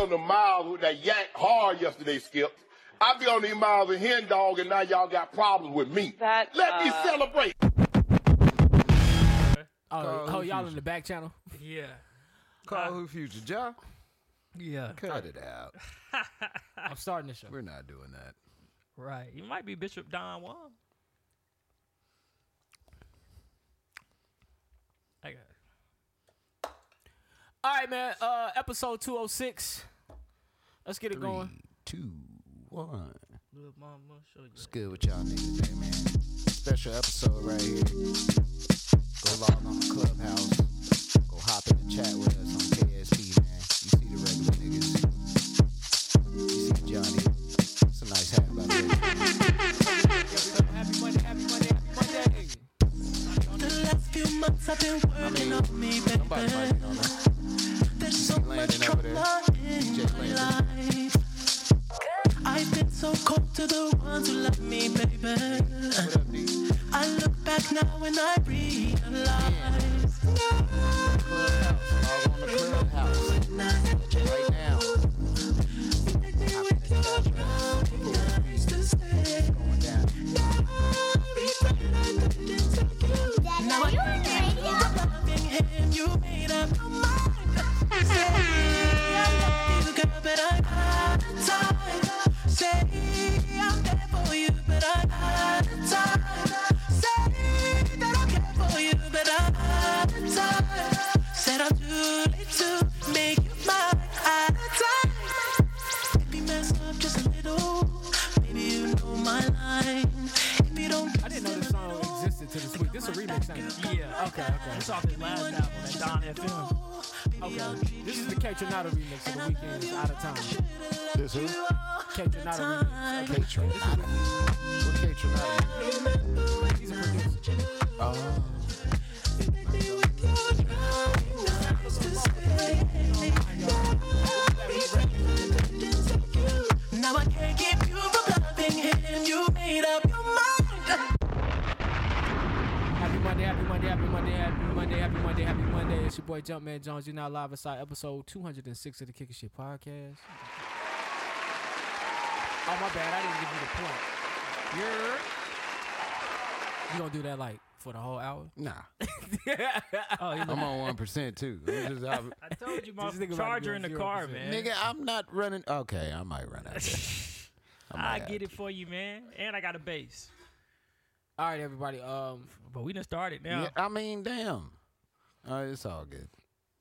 on the miles with that yank hard yesterday, Skip. I be on these miles of hen dog, and now y'all got problems with me. That, Let me uh, celebrate. Call Oh, oh who y'all Future. in the back channel? Yeah. Call who future Ja? Yeah. Cut it out. I'm starting the show. We're not doing that. Right. It might be Bishop Don Juan. I got All right, man. Uh, episode 206. Let's get it going. Three, two, one. Little mama, show you. It's good with y'all niggas today, man. Special episode right here. Go log on to Clubhouse. Go hop in the chat with us on KSP, man. You see the regular niggas. You see Johnny. It's a nice hat, by the way. Happy Monday, happy Monday, happy Monday. The last few months I've been working on me, Somebody might baby. be on that. There's so Landon much over trouble there. in DJ my Landon. life. I've been so cold to the ones who love me, baby. What up, D? I look back now and I realize Clubhouse. Log on to Clubhouse. Right now. Going down. Now I loving him, you made up your mind. Say, I love you, girl, but I'm out of time. Say, I'm there for you, but I'm out of time. Say, that I care for you, but I'm out of time. Said I'm too late to make you mine. Out of time. Maybe mess up just a little. Maybe you know my line. If you don't I didn't know this song existed to this week. This is a remix, ain't it? Yeah. Okay, okay. It's off his last album, that Don FM. Okay. This is the K Tronado remix of the weekend. It's out of time. This who? K Tronado remix. K Tronada. What K Tronada? He's a producer. Oh. Now I can't keep you from loving him. You made up your mind. Happy Monday, happy Monday, happy Monday, happy Monday, happy Monday, happy Monday. It's your boy Jumpman Jones. You're now live inside episode 206 of the Kick It Shit Podcast. Oh, my bad. I didn't give you the point. You're. You gonna do that like for the whole hour? Nah. Oh, he I'm on 1% too. I'm just, I'm- I told you my This nigga about to charger be in on the car, 0%. man. Nigga, I'm not running. Okay, I might run out. of this. I might get have it for you, man. And I got a bass. All right, everybody. Um, But we done started to. now. Yeah, I mean, damn. Uh, it's all good.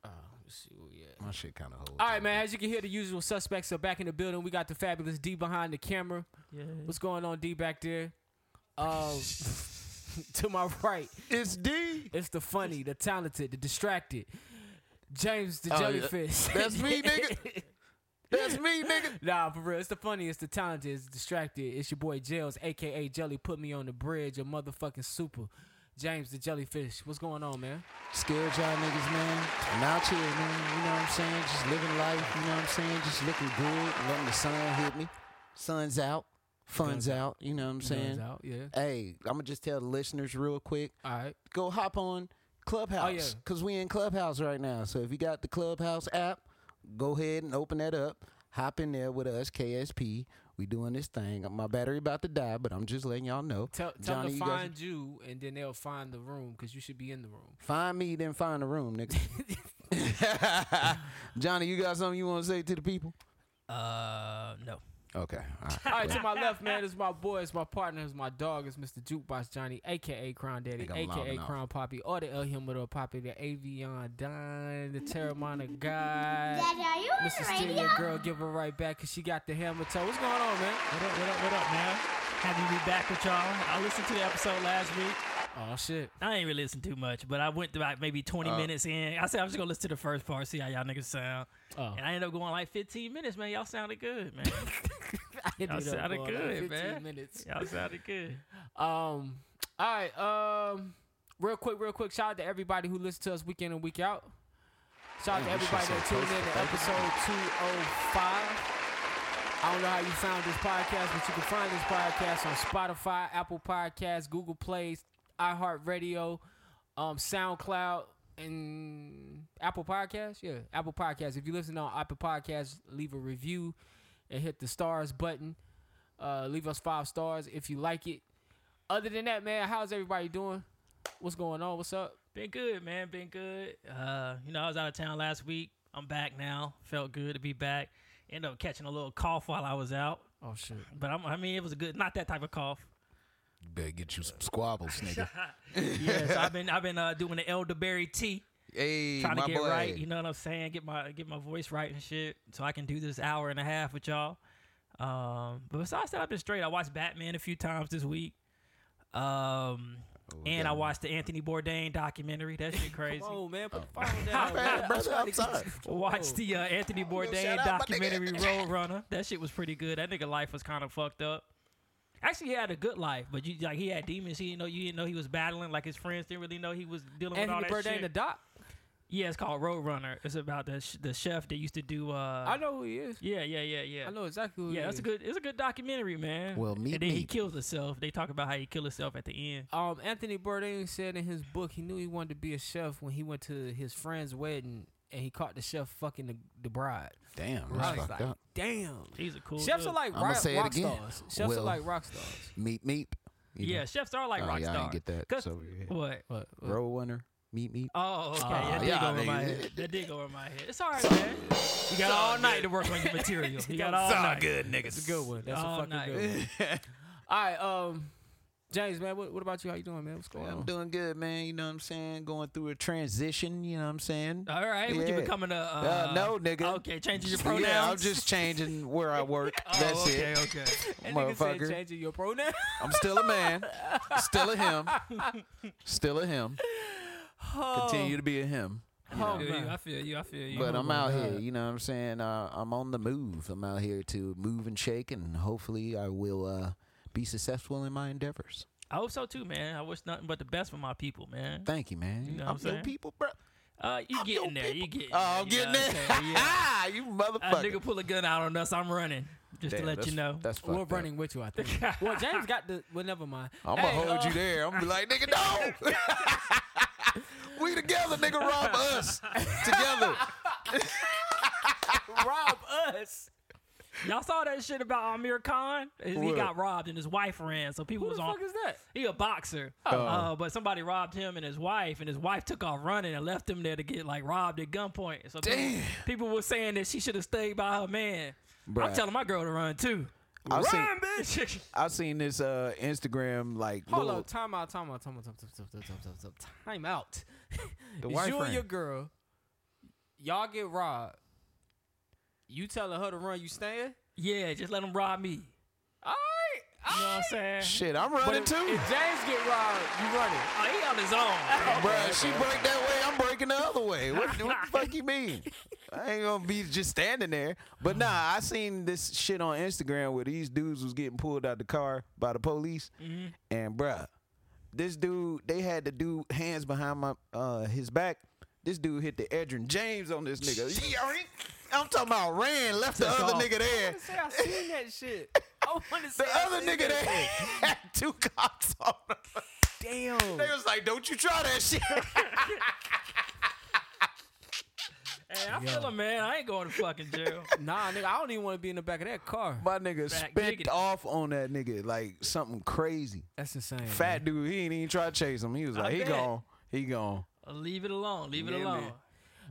uh, let's see what we at. My shit kind of holds. All right, man. As you can hear, the usual suspects are back in the building. We got the fabulous D behind the camera. Yeah. What's going on, D, back there? Um, to my right, It's D. it's the funny, the talented, the distracted. James the Oh, yeah. jellyfish. That's me, nigga. That's me, nigga. Nah, for real. It's the funny, it's the talented, it's the distracted. It's your boy Jails, aka Jelly. Put me on the bridge, a motherfucking super. James the jellyfish. What's going on, man? Scared y'all niggas, man. I'm out here, man. You know what I'm saying? Just living life. You know what I'm saying? Just looking good. Letting the sun hit me. Sun's out. Fun's out. You know what I'm saying? Guns out, yeah. Hey, I'm gonna just tell the listeners real quick. All right. go hop on Clubhouse Oh, yeah. cuz we in Clubhouse right now. So if you got the Clubhouse app, go ahead and open that up. Hop in there with us KSP. We doing this thing. My battery about to die, but I'm just letting y'all know. Tell, tell them to you guys- find you, and then they'll find the room because you should be in the room. find me then find the room, nigga. Johnny, you got something you want to say to the people? Uh, no. Okay. All right. All right, to my left, man, is my boy, is my partner, is my dog, is Mr. Jukebox Johnny, aka Crown Daddy, Think I'm loud aka enough. Crown Poppy, or the El Humidor Poppy, the Avion Don, the Terramana Guy. Daddy, are you on Mrs. the radio? Stereo Girl, give her right back because she got the hammer toe. What's going on, man? What up, what up, what up, man? Happy to be back with y'all. I listened to the episode last week. Oh, shit. I ain't really listened too much, but I went to like maybe 20 Uh, minutes in. I said I was just gonna listen to the first part, see how y'all niggas sound. Oh. And I ended up going like 15 minutes, man. Y'all sounded good, man. ended Y'all up sounded going, like, good, 15 man. minutes. y'all sounded good. Um, all right. Um, real quick, real quick. Shout out to everybody who listens to us week in and week out. Shout out to Man, you should everybody that say tuned in post to it, baby. episode 205. I don't know how you found this podcast, but you can find this podcast on Spotify, Apple Podcasts, Google Plays, iHeartRadio, um, SoundCloud, and Apple Podcasts. Yeah, Apple Podcasts. If you listen on Apple Podcasts, leave a review and hit the stars button. Uh, leave us five stars if you like it. Other than that, man, how's everybody doing? What's going on? What's up? Been good, man. Been good. Uh, you know, I was out of town last week. I'm back now. Felt good to be back. Ended up catching a little cough while I was out, Oh shit! but I'm, I mean, it was a good, not that type of cough. You better get you some squabbles, nigga. yeah, so I've been, I've been uh, doing the elderberry tea, Hey, trying my to get boy. right. You know what I'm saying? Get my, get my voice right and shit, so I can do this hour and a half with y'all. Um, but besides that, I've been straight. I watched Batman a few times this week. Um, Oh, and I watched the Anthony Bourdain documentary. That shit crazy. Oh man, put the phone down. man. Bad, brother, I'm sorry. Watch the uh, Anthony shout Bourdain out my documentary Roadrunner. That shit was pretty good. That nigga life was kind of fucked up. Actually, he had a good life, but you like he had demons. He didn't know you didn't know he was battling. Like his friends didn't really know he was dealing Anthony with all that Bourdain, shit. the doc. yeah, it's called Roadrunner. It's about the sh- the chef that used to do. Uh, I know who he is. Yeah, yeah, yeah, yeah. I know exactly who he Yeah, is. that's a good. It's a good documentary, man. Well, meet and then he me. kills himself. They talk about how he killed himself at the end. Um, Anthony Bourdain said in his book he knew he wanted to be a chef when he went to his friend's wedding and he caught the chef fucking the, the bride. Damn, I that's was fucked like, up. damn. He's a cool. Chefs dude. are like I'ma rock, say it rock again. stars. Chefs are Well- like rock stars. Meep meep. You yeah, know? chefs are like Oh, rock yeah, I stars. didn't get that. 'Cause- So, yeah. What? But uh, Road runner. Meep meep. Oh, okay. that did Ah, yeah, go over nigga. my head. That did go over my head. It's all right, man. You got all night to work on your material. You got all night. good, niggas. it's a good one. That's All a fucking night. good one. All right, um, James, man, what, what about you? How you doing, man? What's going I'm on? doing good, man. You know what I'm saying? Going through a transition. You know what I'm saying? All right, would you Yeah. becoming a uh, Uh, no, nigga. Okay, changing your So, pronouns. Oh, Yeah, I'm just changing where I work. That's okay, it. okay. That nigga said Motherfucker. changing your pronoun. I'm still a man. Still a him. Still a him. Continue to be a him. you I know. feel you. I feel you. I feel you. But I'm my out here, God. you know what I'm saying? Uh, I'm on the move. I'm out here to move and shake, and hopefully I will uh, be successful in my endeavors. I hope so too, man. I wish nothing but the best for my people, man. Thank you, man. know what I'm, I'm your saying? people, bro. Uh, you I'm getting your there? You people. getting? Oh, I'm there, you getting know there. what I'm saying? Yeah. you A motherfucker. nigga pull a gun out on us. I'm running. Just Damn, to let you that's- know. That's fucked We're up. running with you, I think. well, James got the. Well, never mind. I'm gonna hold you there. I'm gonna be like, nigga, no. we together, nigga, rob us together. Rob us. Y'all saw that shit about Amir Khan? He What? got robbed and his wife ran. So people Who the was on. fuck is that? He a boxer. Oh. Uh, but somebody robbed him and his wife, and his wife took off running and left him there to get like robbed at gunpoint. So people- Damn. people were saying that she should have stayed by her man. I'm Bruh. telling my girl to run too. I've seen, Run, bitch. I've seen this uh, Instagram like Hold little, on, time out, time out, time out, time out, time out, time out, time out, time out, time out. the It's you wireframe. and your girl, y'all get robbed. You telling her to run, you staying? Yeah, just let him rob me. All right. You know what I'm saying? Shit, I'm running If too. James get robbed, you running. Oh, he on his own. Bruh, she break that way, I'm breaking the other way. What, what the fuck you mean? I ain't gonna be just standing there. But nah, I seen this shit on Instagram where these dudes was getting pulled out the car by the police, and bruh, this dude they had the dude hands behind my uh his back. This dude hit the Edrin James on this nigga. I'm talking about ran, left the other off. nigga there. Say I seen that shit. I want to say The I other seen nigga that that shit. had two cops on him. Damn. They was like, "Don't you try that shit." Hey, I feel him, man. I ain't going to fucking jail. Nah, nigga, I don't even want to be in the back of that car. My nigga Back spent diggity. off on that nigga like something crazy. That's insane. Fat dude, he ain't even try to chase him. He was like, he bet. gone. He gone. Uh, Leave it alone. Leave it Yeah, alone. man.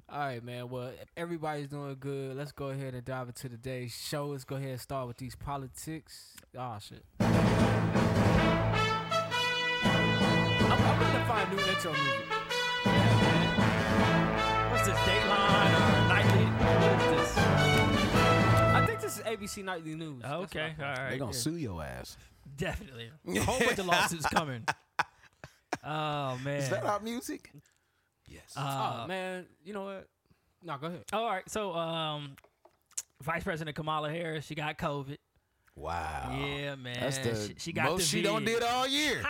All right, man. Well, everybody's doing good. Let's go ahead and dive into today's show. Let's go ahead and start with these politics. Oh shit. I'm, I'm gonna find new intro music. What's this? Dateline or nightly? What is this? I think this is ABC Nightly News. That's what Okay, I- all right. They gonna sue your ass. Definitely. A whole bunch of lawsuits coming. Oh man. Is that our music? Yes. Uh, Oh man, you know what? No, go ahead. All right. So um Vice President Kamala Harris, she got COVID. wow. yeah, man. That's the she, she got most the she done vid. did all year.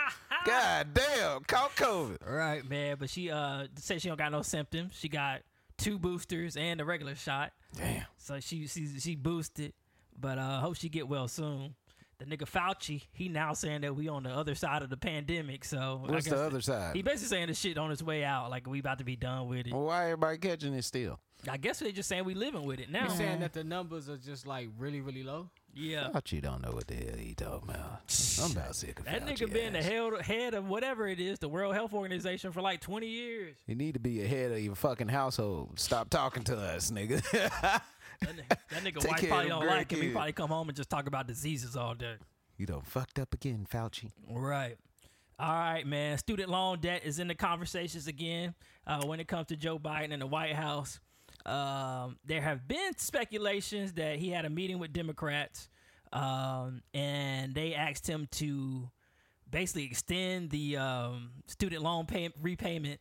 God damn, caught COVID. Right, man. But she uh said she don't got no symptoms. She got two boosters and a regular shot. Damn. So she she she boosted. But uh hope she get well soon. the nigga Fauci, he now saying that we on the other side of the pandemic. So I What's the guess other side? He basically saying the shit on his way out, like we about to be done with it. Well, why everybody catching it still? I guess they just saying we living with it now. He's saying that the numbers are just like really, really low. yeah. Fauci don't know what the hell he talking about. I'm about sick of That Fauci nigga been the ass. head, head of whatever it is, the World Health Organization for like 20 years. You need to be ahead of your fucking household. Stop talking to us, nigga. That nigga, that nigga Take wife care of probably don't them like him. He grandkids. probably come home and just talk about diseases all day. you done fucked up again, Fauci. Right. All right, man. Student loan debt is in the conversations again uh, when it comes to Joe Biden and the White House. Um, there have been speculations that he had a meeting with Democrats um, and they asked him to basically extend the um, student loan pay- repayment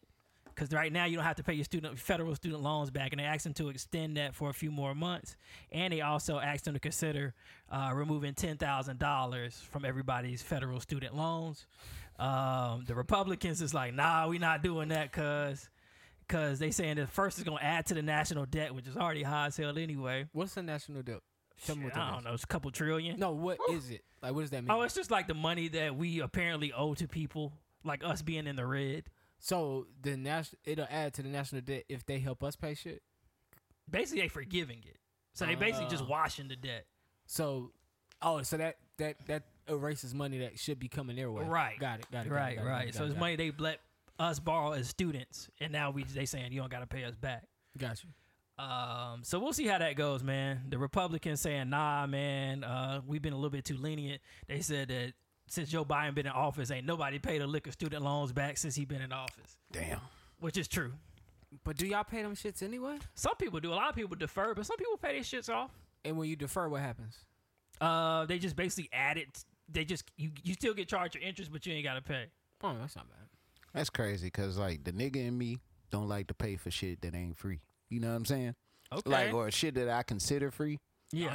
because right now you don't have to pay your student federal student loans back, and they asked him to extend that for a few more months, and they also asked him to consider uh, removing ten thousand dollars from everybody's federal student loans. Um, the Republicans is like, nah, we not doing that, cause. Cause they saying that first is gonna add to the national debt, which is already high as hell anyway. What's the national debt? Tell me what that I is. don't know, it's a couple trillion. No, what is it? Like, what does that mean? Oh, it's just like the money that we apparently owe to people, like us being in the red. so the national it'll add to the national debt if they help us pay shit. Basically, they forgiving it, so they basically just washing the debt. So, oh, so that that that erases money that should be coming their way. Right. Got it. Got it. got it, right, got it, got right. it, so got it, it's got money they let us borrow as students, and now we they saying you don't got to pay us back. it. Got you. Um, so we'll see how that goes, man. The Republicans saying, nah, man, uh, we've been a little bit too lenient. They said that since Joe Biden been in office, ain't nobody paid a lick of student loans back since he been in office, Damn. which is true. But do y'all pay them shits anyway? Some people do. A lot of people defer, but some people pay their shits off. And when you defer, what happens? Uh, they just basically add it. They just you, you still get charged your interest, but you ain't gotta pay. Oh, that's not bad. That's crazy because, like, the nigga in me don't like to pay for shit that ain't free. You know what I'm saying? Okay. Like, or shit that I consider free, yeah.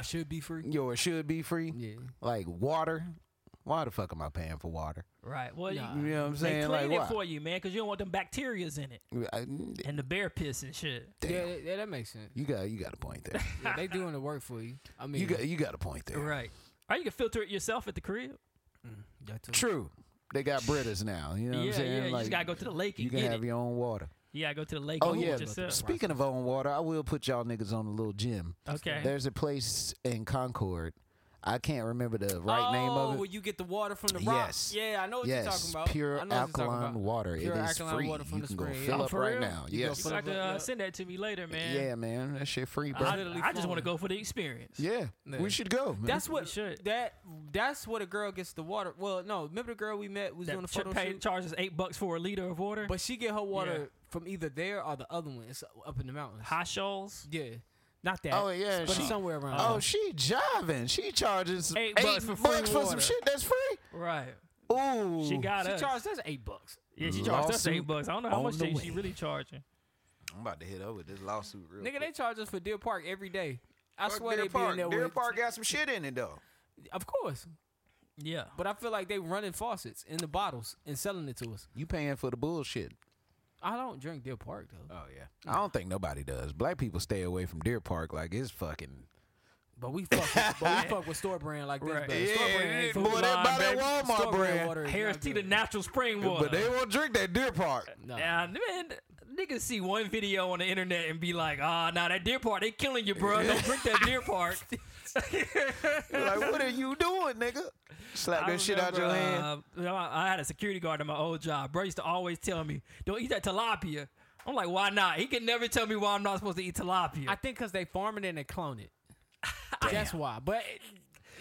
I should be free. yo, or should be free. Yeah. Like, water. Why the fuck am I paying for water? Right. Well, Nah. you, You know what I'm they saying? clean Like, it why? for you, man, because you don't want them bacterias in it I- and the bear piss and shit. Yeah, yeah, yeah, that makes sense. you got you got a point there. Yeah, they doing the work for you. I mean, You got you got a point there. Right. Or you can filter it yourself at the crib. that too. True. They got Britas now. You know what yeah, I'm saying? yeah. You like, just gotta go to the lake and you can get have it. your own water. You gotta go to the lake Oh and yeah. get it yourself. Speaking of own water, I will put y'all niggas on a little gym. Okay. There's a place in Concord. I can't remember the right name Oh, of where it. you get the water from the rock. Yes. Yeah, I know what yes, you're talking about. pure I know what you're talking alkaline about. water. Pure it is alkaline free. water from you the can go spring, fill yeah. up For right real? now. You go yes. you fill got to Yeah. uh, send that to me later, man. yeah, man, that shit free, bro. I, Literally I just want to flowing. go for the experience. yeah, Yeah. we should go. Man. That's what should. that that's what a girl gets the water. Well, no, remember the girl we met was That doing the ch- photo pay- shoot, charges eight bucks for a liter of water. but she get her water Yeah. from either there or the other one. It's up in the mountains. High shoals. Yeah, not that. Oh, yeah, but uh, she- it's somewhere around. Oh, there. she jiving. She charges Eight bucks for free bucks for some water. shit that's free. Right. Ooh, She got she us. charged us eight bucks. yeah, she charged us Lawsuit eight bucks. I don't know how on much the she, she way. really charging. I'm about to hit over this lawsuit real. Uh, Nigga, they charge us for Deer Park every day. I swear they be in there with. got some shit in it though. Of course, Yeah. but I feel like they running faucets in the bottles and selling it to us. You paying for the bullshit. I don't drink Deer Park though, Oh yeah. I don't think nobody does. Black people stay away from Deer Park like it's fucking. but we fuck. With, but we fuck with store brand like this. Right. Bro. Store brand, ain't food boy, they line, buy that baby. Walmart store brand brand, water. is Harris not Tea, the good. natural spring water. but they won't drink that Deer Park. No. Yeah, man, niggas see one video on the internet and be like, ah, nah, that deer park, they killing you, bro. Don't drink that deer park. like, what are you doing, nigga? Slap that shit out your remember, hand. uh, you know, I I had a security guard at my old job. Bro used to always tell me, don't eat that tilapia. I'm like, why not? He could never tell me why I'm not supposed to eat tilapia. I think because they farm it and they clone it. That's why. But it,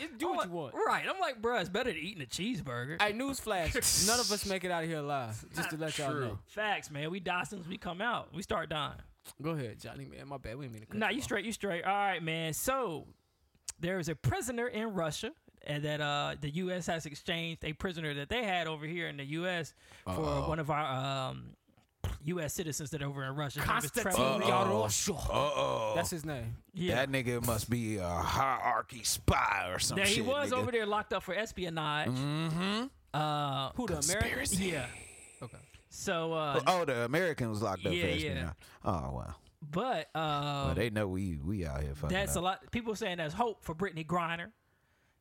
it- do I'm what you like- want. Right. I'm like, bro, it's better than eating a cheeseburger. Hey, newsflash. None of us make it out of here alive. Just to let y'all know. Facts, man. We die since we come out. We start dying. Go ahead, Johnny, man. My bad. We didn't mean to cut Nah, you you off. straight, you straight. All right, man. So there is a prisoner in Russia and that uh, the U.S. has exchanged a prisoner that they had over here in the U.S. for one of our um, U.S. citizens that are over in Russia. His name is Trevor. Konstantin Uh Yarosho. oh. That's his name. Yeah. That nigga must be a hierarchy spy or some Now, Oh, shit. he was nigga. over there locked up for espionage. Mm-hmm. Uh, Who the American? Conspiracy. yeah. Okay. So, uh, Oh, the American was locked up Yeah, for yeah. espionage. Oh wow. but uh, Well, they know we we out here fucking. that's a up. lot. People saying that's hope for Brittany Griner.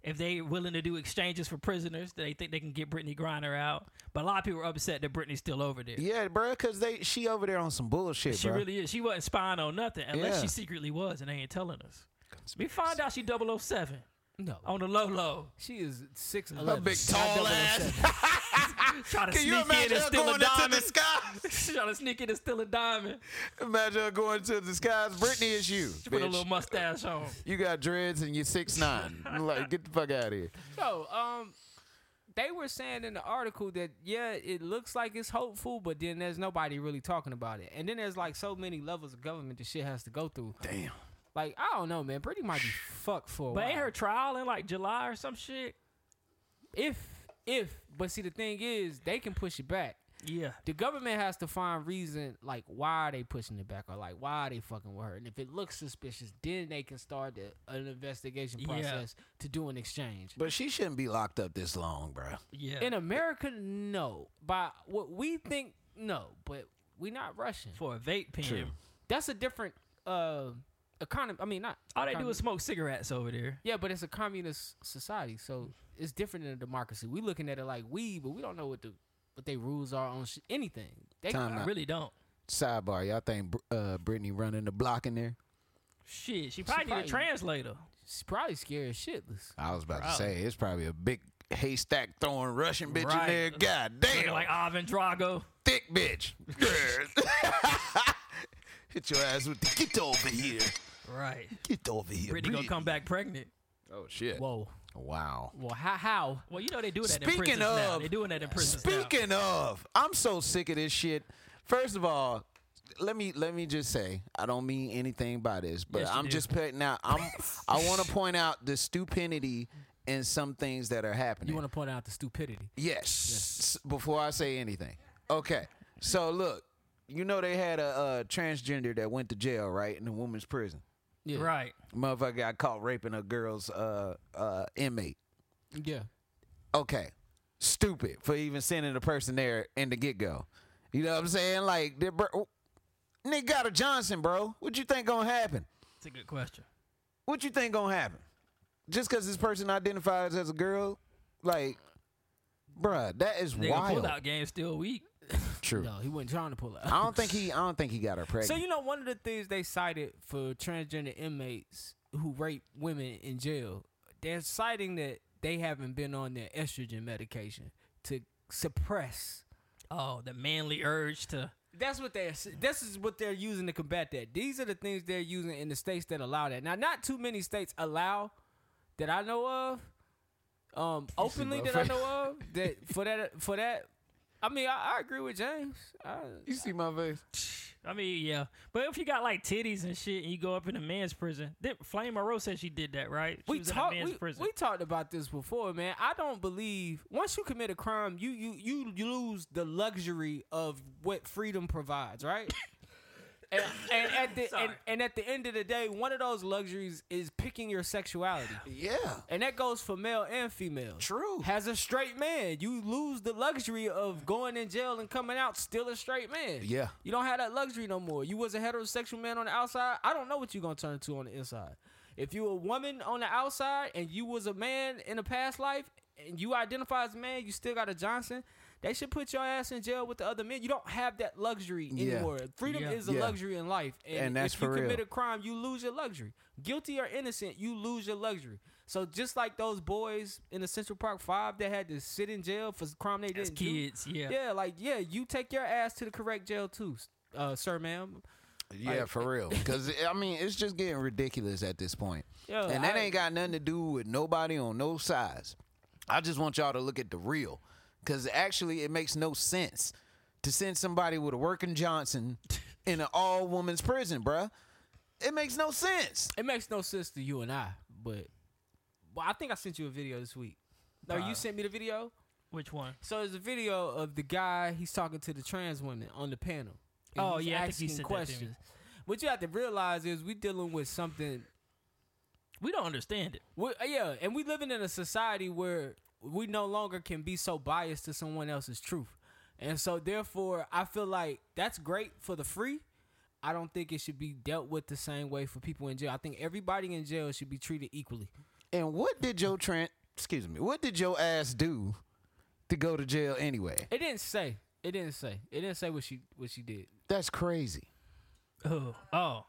if they willing to do exchanges for prisoners, they think they can get Brittany Griner out. But a lot of people are upset that Brittany's still over there. Yeah, bro, because they she over there on some bullshit, She bro. really is. She wasn't spying on nothing unless Yeah. she secretly was and they ain't telling us. We find out she 007 No, on the low low. she is six a eleven. big tall ass. Try to Can you sneak in imagine and her steal a going into the diamond. sky? Try to sneak in and steal a diamond. imagine her going to the skies. Britney is you, She put a little bitch. mustache on. You got dreads and you're six nine. like, get the fuck out of here. No, um, they were saying in the article that yeah, it looks like it's hopeful, but then there's nobody really talking about it, and then there's like so many levels of government the shit has to go through. Damn. Like I don't know, man. Brittany might be fucked for a But while. ain't her trial in like July or some shit? if if, but see the thing is, they can push it back. Yeah. The government has to find reason, like why are they pushing it back, or like why are they fucking with her? And if it looks suspicious, then they can start the, an investigation Yeah. process to do an exchange. But she shouldn't be locked up this long, bro. Yeah. In America, no. By what we think, no. But we not rushing. for a vape pen. True. That's a different uh, economy. I mean, not All they do economy. is smoke cigarettes over there. yeah, but it's a communist society, so it's different than a democracy. We looking at it like we, but we don't know what the what they rules are on sh- anything. They Time I out. really don't. Sidebar, y'all think Br- uh, Brittany running the block in there? Shit, she probably, need probably- a translator. she's probably scared shitless. I was about to Probably. say it's probably a big haystack throwing Russian bitch in Right. there. God damn, Looking like uh, "Ah, Ivan Drago. thick bitch. Hit your ass with the get over here. Right. Get over here. Brittany gonna come back pregnant. Oh shit. Whoa. Wow. Well, how? How? Well, you know they do that in Speaking prisons now. of- They doing that in prisons now. Speaking of, I'm so sick of this shit. First of all, let me let me just say, I don't mean anything by this, but Yes, you I'm do. just putting out. I'm I want to point out the stupidity in some things that are happening. You want to point out the stupidity? Yes. Before I say anything. Okay. So look, you know they had a, a transgender that went to jail, right, in a woman's prison. Yeah. Right. Motherfucker got caught raping a girl's uh, uh, inmate. Yeah. Okay. Stupid for even sending a person there in the get go. You know what I'm saying? Like, they bro, Nick Goddard Johnson, bro. What you think gonna happen? It's a good question. What you think gonna happen? Just because this person identifies as a girl, like, bruh, that is They gonna wild. pull out game still weak. True. No, he wasn't trying to pull out. I don't think he. I don't think he got her pregnant. So you know, one of the things they cited for transgender inmates who rape women in jail, they're citing that they haven't been on their estrogen medication to suppress. Oh, the manly urge to That's what they're. This is what they're using to combat that. These are the things they're using in the states that allow that. Now, not too many states allow that I know of, um, openly that I know of. That for that for that, I mean, I, I agree with James. I, you see my face? I mean, yeah. But if you got like titties and shit and you go up in a man's prison, then Flame Moreau said she did that, right? She we was talked in a man's we, prison. we talked about this before, man. I don't believe once you commit a crime, you you you lose the luxury of what freedom provides, right? and, and at the and, Sorry. and at the end of the day, one of those luxuries is picking your sexuality. Yeah. And that goes for male and female. True. As a straight man, you lose the luxury of going in jail and coming out still a straight man. Yeah. You don't have that luxury no more. You was a heterosexual man on the outside. I don't know what you're gonna turn to on the inside. If you a woman on the outside and you was a man in a past life and you identify as a man, you still got a Johnson. They should put your ass in jail with the other men. You don't have that luxury Yeah. anymore. Freedom Yeah. is a Yeah. luxury in life, and, And that's if for you real. commit a crime, you lose your luxury. Guilty or innocent, you lose your luxury. So just like those boys in the Central Park Five that had to sit in jail for crime they As didn't do. kids, yeah. yeah, like yeah, you take your ass to the correct jail too, uh, sir, ma'am. Yeah, for real. Because I mean, it's just getting ridiculous at this point. Yeah, and that I- ain't got nothing to do with nobody on no sides. I just want y'all to look at the real, because actually, it makes no sense to send somebody with a working Johnson in an all woman's prison, bruh. It makes no sense. It makes no sense to you and I, but well, I think I sent you a video this week. No, you sent me the video. Which one? Uh, So there's a video of the guy he's talking to the trans women on the panel. And Oh, he's yeah, I think he asking said that to me. questions. What you have to realize is we dealing with something We don't understand it. we yeah, and we living in a society where we no longer can be so biased to someone else's truth, and so therefore, I feel like that's great for the free. I don't think it should be dealt with the same way for people in jail. I think everybody in jail should be treated equally. And what did your trans excuse me, what did your ass do to go to jail anyway? It didn't say. It didn't say. It didn't say what she what she did. That's crazy. Oh, oh,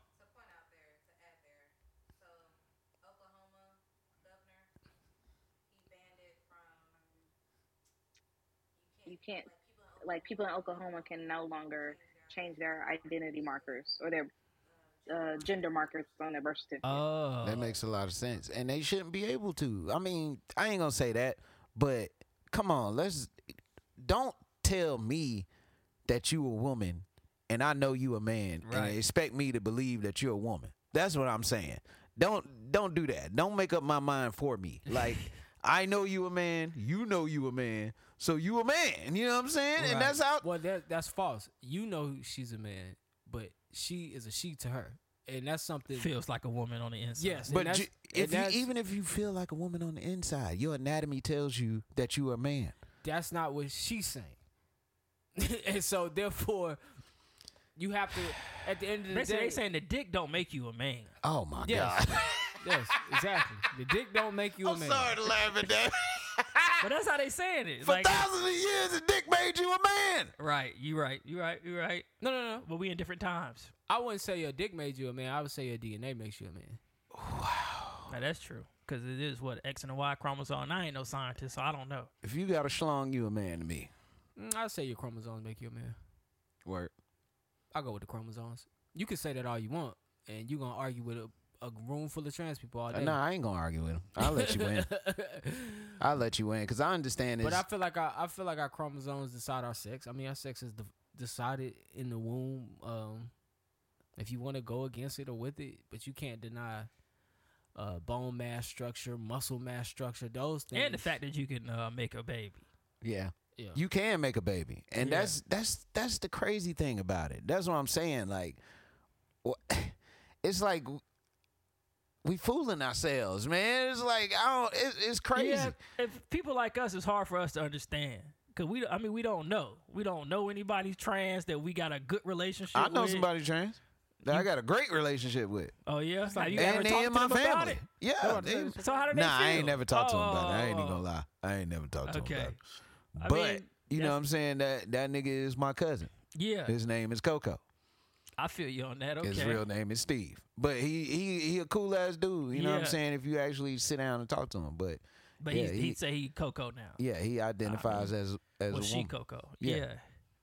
you can't like people in Oklahoma can no longer change their identity markers or their uh, gender markers on their birth certificate. oh. Uh-huh. That makes a lot of sense, and they shouldn't be able to. I mean, I ain't gonna say that, but come on, let's don't tell me that you a woman and I know you a man Right. and expect me to believe that you're a woman. That's what I'm saying. Don't don't do that. Don't make up my mind for me. Like I know you a man, you know you a man, so you a man. You know what I'm saying? Right. And that's how Well, that that's false. You know she's a man, but she is a she to her, and that's something. feels like a woman on the inside. Yes, and But that's- you, and if you, that's- even if you feel like a woman on the inside, your anatomy tells you that you are a man. that's not what she's saying. and so therefore, you have to at the end of the Basically, day. they saying the dick don't make you a man. Oh my yes, god! yes, exactly. The dick don't make you a man. to laugh at that. But that's how they saying it. For Like, thousands of years, a dick made you a man. right, you right, you right, you right. No, no, no. But we in different times. I wouldn't say your dick made you a man. I would say your DNA makes you a man. Now, that's true. Because it is what X and a Y chromosome. and I ain't no scientist, so I don't know. If you got a schlong, you a man to me. Mm, I'd say your chromosomes make you a man. Word. I go with the chromosomes. You can say that all you want, and you gonna argue with a, a room full of trans people all Uh, day. nah, I ain't gonna argue with him. I'll let you win. I'll let you win because I understand But this. I feel like our, I feel like our chromosomes decide our sex. I mean, our sex is de- decided in the womb. Um, if you want to go against it or with it, but you can't deny uh, bone mass structure, muscle mass structure, those things, And the fact that you can uh, make a baby. yeah. yeah, you can make a baby and Yeah. that's that's that's the crazy thing about it that's what i'm saying like wha- it's like we fooling ourselves man it's like i don't it, it's crazy Yeah, if people like us, it's hard for us to understand. Cause we, I mean, we don't know. We don't know anybody's trans that we got a good relationship. i know with. somebody trans that i got a great relationship with Oh yeah, Have you ever and talked they to in my them about family it? yeah I'm saying. they- So how do they nah i feel? ain't never talked to them Oh, about it i ain't oh, even gonna oh. lie i ain't never talked to them Okay. about it I but mean, you know that's- what i'm saying that that nigga is my cousin Yeah, his name is coco I feel you on that. Okay. His real name is Steve, but he he he a cool ass dude. You know what I'm Yeah. saying? If you actually sit down and talk to him, but But Yeah, he's, he- he'd say he Coco now. yeah, he identifies as as well, a she woman. Coco. Yeah. Yeah.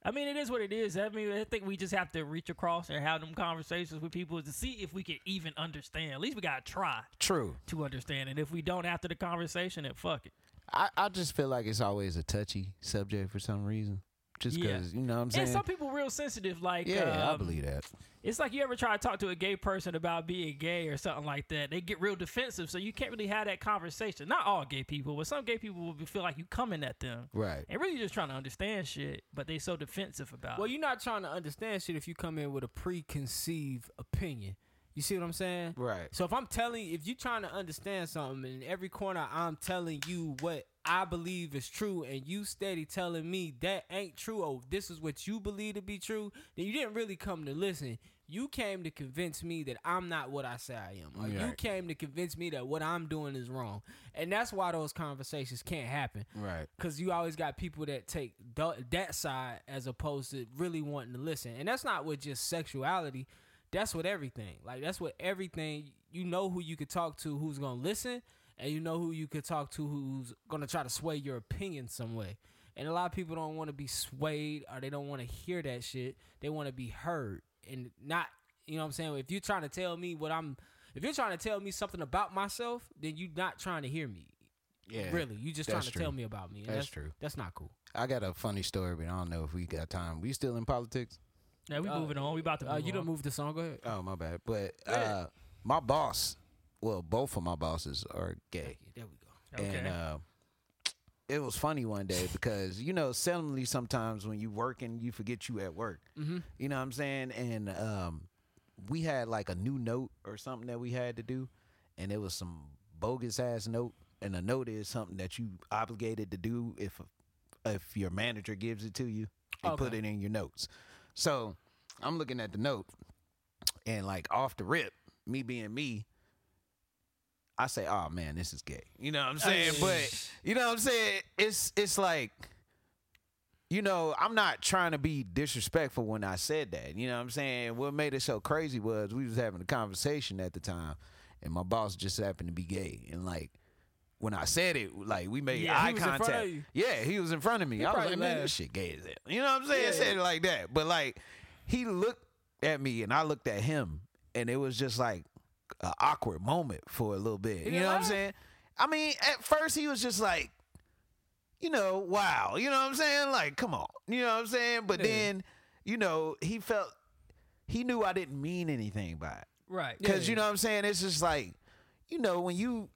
I mean, it is what it is. I mean, I think we just have to reach across and have them conversations with people to see if we can even understand. At least we gotta try True. to understand. And if we don't after the conversation, then fuck it. I I just feel like it's always a touchy subject for some reason, just Yeah. because you know what I'm saying. And some people real sensitive. Like yeah, I um, believe that. It's like you ever try to talk to a gay person about being gay or something like that. They get real defensive, so you can't really have that conversation. Not all gay people, but some gay people will be- feel like you coming at them. Right. And really just trying to understand shit, but they so defensive about Well, it. you're not trying to understand shit if you come in with a preconceived opinion. You see what I'm saying? Right. So if I'm telling, if you're trying to understand something, in every corner I'm telling you what I believe is true, and you steady telling me that ain't true. Oh, this is what you believe to be true. Then you didn't really come to listen. You came to convince me that I'm not what I say I am. Or you Right. came to convince me that what I'm doing is wrong, and that's why those conversations can't happen. Right. Cause you always got people that take th- that side as opposed to really wanting to listen, and that's not with just sexuality. That's with everything. Like that's with everything. You know who you could talk to, who's gonna listen, and you know who you could talk to, who's gonna try to sway your opinion some way. And a lot of people don't want to be swayed, or they don't want to hear that shit. They want to be heard, and not. You know what I'm saying? If you're trying to tell me what I'm, if you're trying to tell me something about myself, then you're not trying to hear me. Yeah. Really, you just trying that's to true. tell me about me. and That's that's, true. That's not cool. I got a funny story, but I don't know if we got time. We still in politics? now we uh, moving on. We about to move Uh, you on. don't move the song. Go ahead. Oh my bad. But uh, my boss, well, both of my bosses are gay. Yeah, there we go. Okay. And uh, it was funny one day because you know suddenly sometimes when you working you forget you at work. You know what I'm saying? And um, we had like a new note or something that we had to do, and it was some bogus ass note. And a note is something that you obligated to do if if your manager gives it to you. You put Okay. it in your notes. So I'm looking at the note, and like off the rip, me being me, I say, oh man, this is gay. You know what I'm saying? but you know what I'm saying? It's it's like, you know, I'm not trying to be disrespectful when I said that. You know what I'm saying? What made it so crazy was we was having a conversation at the time, and my boss just happened to be gay, and like. When I said it, like we made Yeah, eye he was in front of contact. you. Yeah, he was in front of me. I was probably like, man, laughed. this shit gay as hell. You know what I'm saying? Said it like that. But like, he looked at me and I looked at him, and it was just like an awkward moment for a little bit. You didn't know what I'm laugh? saying? I mean, at first he was just like, you know, wow. You know what I'm saying? Like, come on. You know what I'm saying? But Yeah. then, you know, he felt he knew I didn't mean anything by it. Right. Because Yeah. you know what I'm saying? It's just like, you know, when you,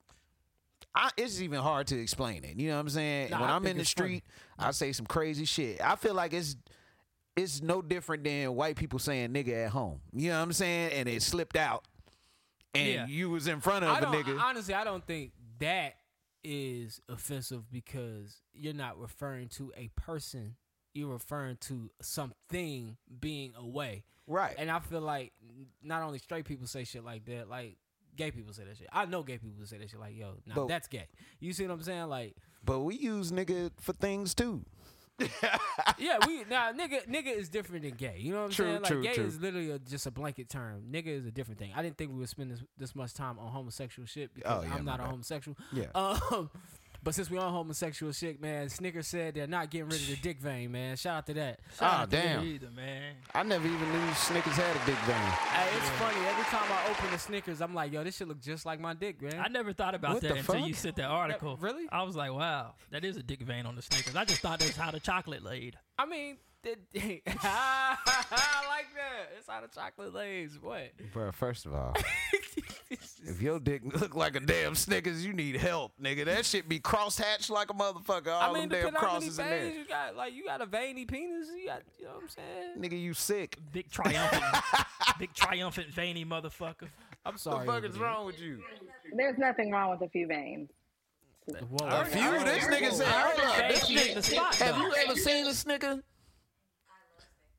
I, it's even hard to explain it. You know what I'm saying? Nah, when I I'm think in the it's funny. street, I say some crazy shit. I feel like it's, it's no different than white people saying nigga at home. You know what I'm saying? And it slipped out, and Yeah. you was in front of I a don't, nigga. Honestly, I don't think that is offensive because you're not referring to a person. You're referring to something being away. right. And I feel like n- not only straight people say shit like that, like gay people say that shit. I know gay people say that shit like, yo, nah, But- that's gay. You see what I'm saying? Like, but we use nigga for things too. yeah, we now nigga nigga is different than gay. You know what I'm True, saying? Like true, gay true. is literally a, just a blanket term. Nigga is a different thing. I didn't think we would spend this, this much time on homosexual shit because Oh, yeah, I'm my not a bad. homosexual. Yeah. Um, but since we on homosexual shit, man, Snickers said they're not getting rid of the dick vein, man. Shout out to that. Um, Ah, Not good damn. Either, man. I never even knew Snickers had a big vein. Hey, it's funny. Every time I open the Snickers, I'm like, yo, this shit look just like my dick, man. I never thought about What that the until fuck? you sent that article. really? I was like, wow, that is a dick vein on the Snickers. I just thought that's how the chocolate laid. I mean, that, I like that. It's out of chocolate lays. What? Bro, first of all, if your dick look like a damn Snickers, you need help, nigga. That shit be crosshatched like a motherfucker. All I mean, them damn depending on how many crosses in there. veins you got, like you got a veiny penis. You got, you know what I'm saying? Nigga, you sick. Big triumphant, big triumphant veiny motherfucker. I'm sorry. What the fuck is Andy. wrong with you? There's nothing wrong with a few veins. Whoa. A few. This nigga said, hold up. This Veiny in the nigga, spot, have though. you ever seen a Snicker?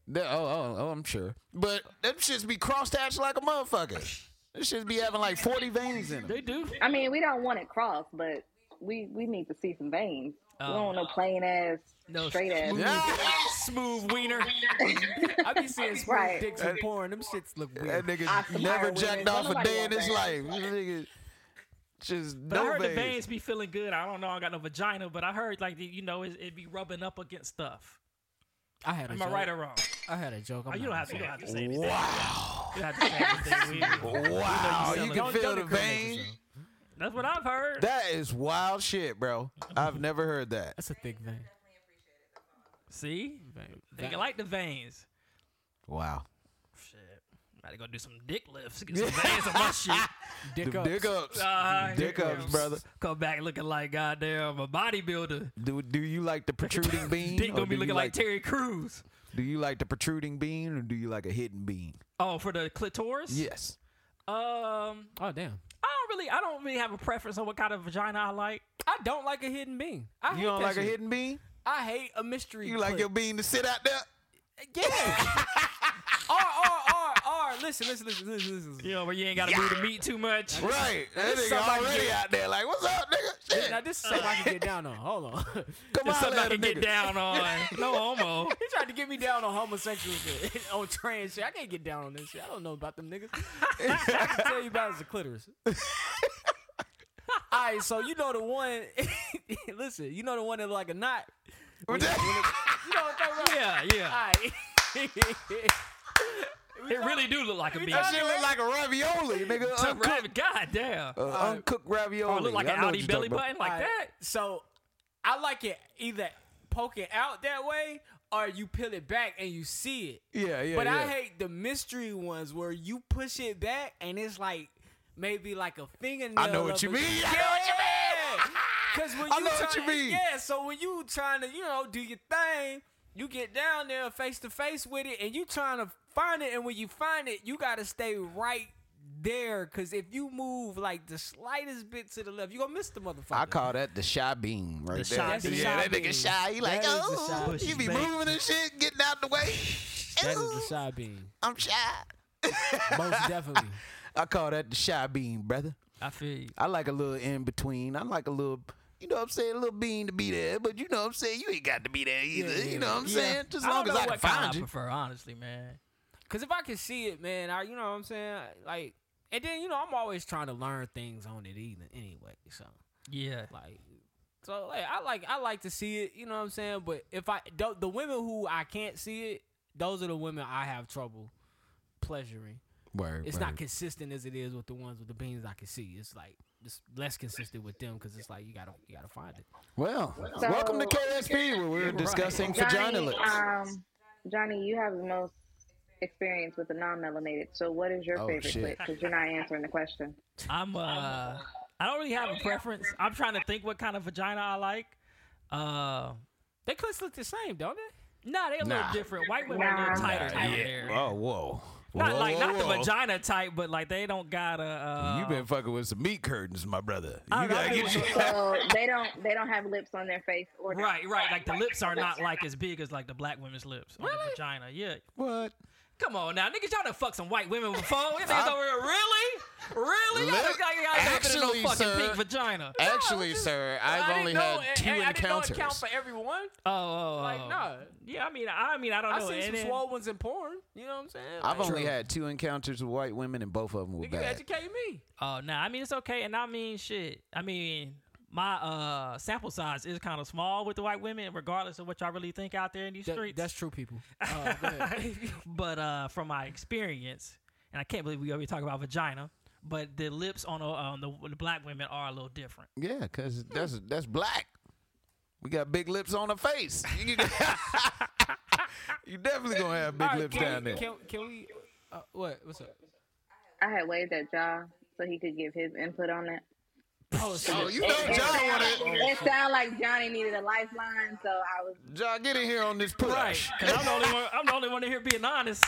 That- oh, oh, oh, I'm sure. But them shits be crosshatched like a motherfucker. This shits be having like 40 veins in them. They do. I mean, we don't want it crossed, but we we need to see some veins. we don't want no plain ass, No, straight ass. Ah! Smooth wiener. I be seeing smooth Right. dicks in porn. Them shits look That weird. I nigga swear, never women, jacked don't off a nobody day in want his that. life. This nigga just But I no heard the veins. veins be feeling good. I don't know. I got no vagina, but I heard like the- you know it, it be rubbing up against stuff. I had a Am joke. I right or wrong? I had a joke. Oh, I'm you not don't gonna have to. say You it. don't have to say anything. Wow. You don't have to say anything weird. Wow, you you can selling- feel Don't the incriminate veins. yourself. That's what I've heard. That is wild shit, bro. I've never heard that. That's a thick vein. See, Vein- they vein. can like the veins. Wow. Shit, I'm about to go do some dick lifts. Get some veins on my shit. dick Them ups. dick ups. Uh, Dick ups, brother. Come back looking like goddamn a bodybuilder. Do, do you like the protruding bean? Dick or gonna be do looking you like, Terry Crews. Do you like the protruding bean or do you like a hidden bean? Oh, for the clitoris. Yes. Um, Oh damn. I don't really, I don't really have a preference on what kind of vagina I like. I don't like a hidden bean. I hate You don't that like a shit. hidden bean? I hate a mystery. You like clip. your bean to sit out there? yeah. R R R R. Listen, listen, listen, listen, listen. listen. You know, where you ain't gotta move the meat too much. Right. That This nigga somebody already get- out there like, what's up, nigga? Shit. Now this is something I can get down on. Hold on. Come It's on, something I let a can get nigga. down on. No homo. he tried to get me down on homosexual shit, on trans shit. I can't get down on this shit. I don't know about them niggas. I can tell you about is the clitoris. All right, so you know the one. listen, you know the one that look like a knot. When it- when it- you know what I'm talking about? Yeah, yeah. All right. It really do look like a beat. That shit look like a ravioli, nigga. Tough Uncooked, rabbit. God damn. uh, uncooked ravioli. Or Oh, look like I an know what Audi you're belly talking about. button like that. So I like it either poking out that way or you peel it back and you see it. Yeah, yeah, But I yeah. hate the mystery ones where you push it back and it's like maybe like a fingernail. I know of what you a- mean. Yeah, I know what you mean. Cause when I you know what tryna- you mean. Yeah, so when you trying to, you know, do your thing, you get down there face to face with it and you trying to find it. And when you find it, you got to stay right there. Cause if you move like the slightest bit to the left, you going to miss the motherfucker. I call that the shy bean right The there. shy bean. Yeah, that Shy bean. nigga shy. He like, That is the shy oh, bean. he be Push back. moving and shit, getting out the way. That is Ooh, the shy bean. I'm shy. Most definitely. I call that the shy bean, brother. I feel you. I like a little in between. I like a little, you know what I'm saying, a little bean to be there. But you know what I'm saying, you ain't got to be there either. You know what I'm Yeah. saying? Just as I long don't as know I can what kind find I you. prefer, honestly, man. Cause if I can see it, man, I you know what I'm saying, like, and then you know I'm always trying to learn things on it either anyway. So Yeah. like, so like I like I like to see it, you know what I'm saying. But if I the, the women who I can't see it, those are the women I have trouble pleasuring. Word, It's not consistent as it is with the ones with the beans I can see. It's like it's less consistent with them because it's like you gotta you gotta find it. Well, So- welcome to KSP where we're discussing vagina Johnny, looks. um, Johnny, you have the most experience with the non-melanated. So, what is your Oh, favorite shit. clit? Because you're not answering the question. I'm uh I don't really have a preference. I'm trying to think what kind of vagina I like. Uh They clits look the same, don't they? nah, they a Nah. little different. White women are a Nah. little tighter Nah, down yeah. there. Oh, whoa. Not Whoa, like whoa, not the whoa. vagina type, but like they don't got a uh you been fucking with some meat curtains, my brother. You I- I gotta feel get you. you. So they don't they don't have lips on their face or Right, right. Like the lips are not like as big as like the black women's lips on the vagina. Yeah. What? Come on now, niggas, y'all done fucked some white women before. Y'all niggas over here, really? Really? Y'all Lip- done got y'all done been in actually, no fucking sir- pink vagina. Actually, sir, I've I only didn't know, had and- two and I didn't know it encounters. count for everyone. Oh, oh, Like, oh. nah. Yeah, I mean, I mean, I don't I know. seen And some then- swole ones in porn. You know what I'm saying? I've Like, only had two encounters with white women, and both of them were You bad. educate me. Oh no, I mean it's okay, and I mean shit. I mean my uh sample size is kind of small with the white women, regardless of what y'all really think out there in these That- streets. That's true, people. Uh, go ahead. but uh from my experience, and I can't believe we already talk about vagina, but the lips on, uh, on the, the black women are a little different. Yeah, because Hmm. that's that's black. We got big lips on the face. You you definitely gonna have big All right, lips can down we, there. Can, can we? Uh, what? What's up? I had waved at Ja so he could give his input on it. Oh, Oh, so you know John wanted It sounded like Johnny needed a lifeline, so I was John get in here on this push. Right? Because I'm the only one. I'm the only one in here being honest.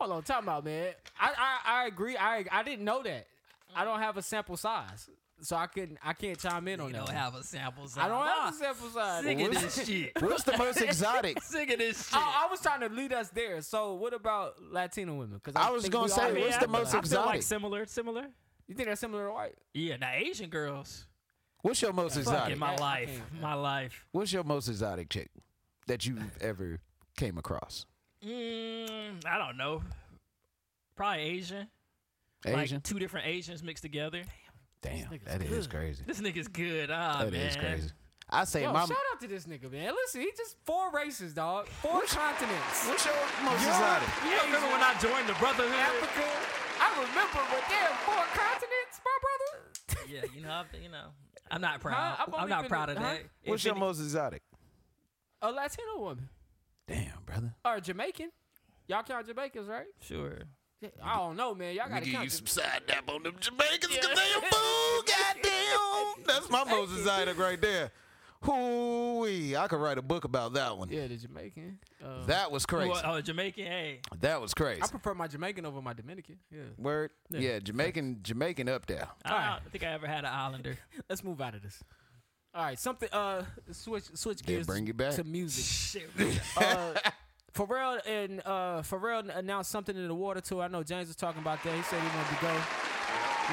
hold on, time out, man. I, I, I agree. I I didn't know that. I don't have a sample size, so I couldn't. I can't chime in on You that. don't one. have a sample size. I don't have a Nah, sample size. Sick of I, this shit. What's the most exotic? Sick of this shit. I was trying to lead us there. So what about Latino women? Because I was think gonna we say, already what's the have most that. I feel exotic? like similar, similar. You think that's similar to white? Yeah, now Asian girls. What's your most Fuck exotic? in my I- I life, can't. my life. What's your most exotic chick that you ever came across? Mm, I don't know. Probably Asian. Asian. Like two different Asians mixed together. Damn, that is crazy. This nigga's good. Ah, That man. is crazy. I say, Yo, my. shout out to this nigga, man. Listen, he just four races, dog. Four continents. What's your most exotic? You don't remember when I joined the Brotherhood? Africa. I remember, but damn, four continents, my brother. Yeah, you know, I've, you know, I'm not proud. I've only I'm not been proud to- of huh? that. If What's your any- most exotic? A Latino woman Damn, brother. or a Jamaican. Y'all count Jamaicans, right? Sure. I don't know, man. Y'all gotta count. Jama- side dap on them Jamaicans because they a fool. Goddamn. That's my most exotic right there. Hoo-wee. I could write a book about that one. yeah, the Jamaican. Uh, That was crazy. Well, oh, Jamaican. Hey, that was crazy. I prefer my Jamaican over my Dominican. Yeah. Word. Yeah, Jamaican Jamaican up there. I don't think I ever had an Islander. Let's move out of this. All right, something. Uh, switch switch They gears. bring you back. to music. Shit. Uh, Pharrell and uh, Pharrell announced something in the water tour. I know James was talking about that. He said he wanted to go.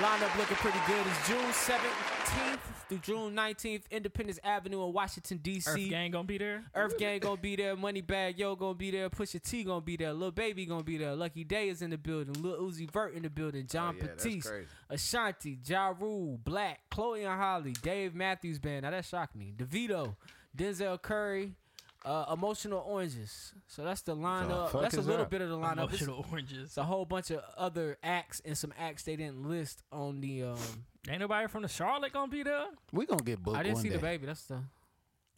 Lineup looking pretty good. It's June seventeenth through June nineteenth. Independence Avenue in Washington Earth D.C. gang gonna be there. Earth Gang gonna be there. Money Bag Yo gonna be there. Pusha T gonna be there. Lil Baby gonna be there. Lucky Day is in the building. Lil Uzi Vert in the building. John Oh, yeah, that's Batiste, crazy. Ashanti, Ja Rule, Black, Chloe and Holly, Dave Matthews Band. Now that shocked me. DeVito, Denzel Curry, uh, Emotional Oranges. So that's the lineup. fuck that's a is little that? bit of the lineup. It's, Emotional oranges. it's a whole bunch of other acts and some acts they didn't list on the. Um, Ain't nobody from the Charlotte gonna be there. we gonna get booked I didn't one see day. the baby. That's the.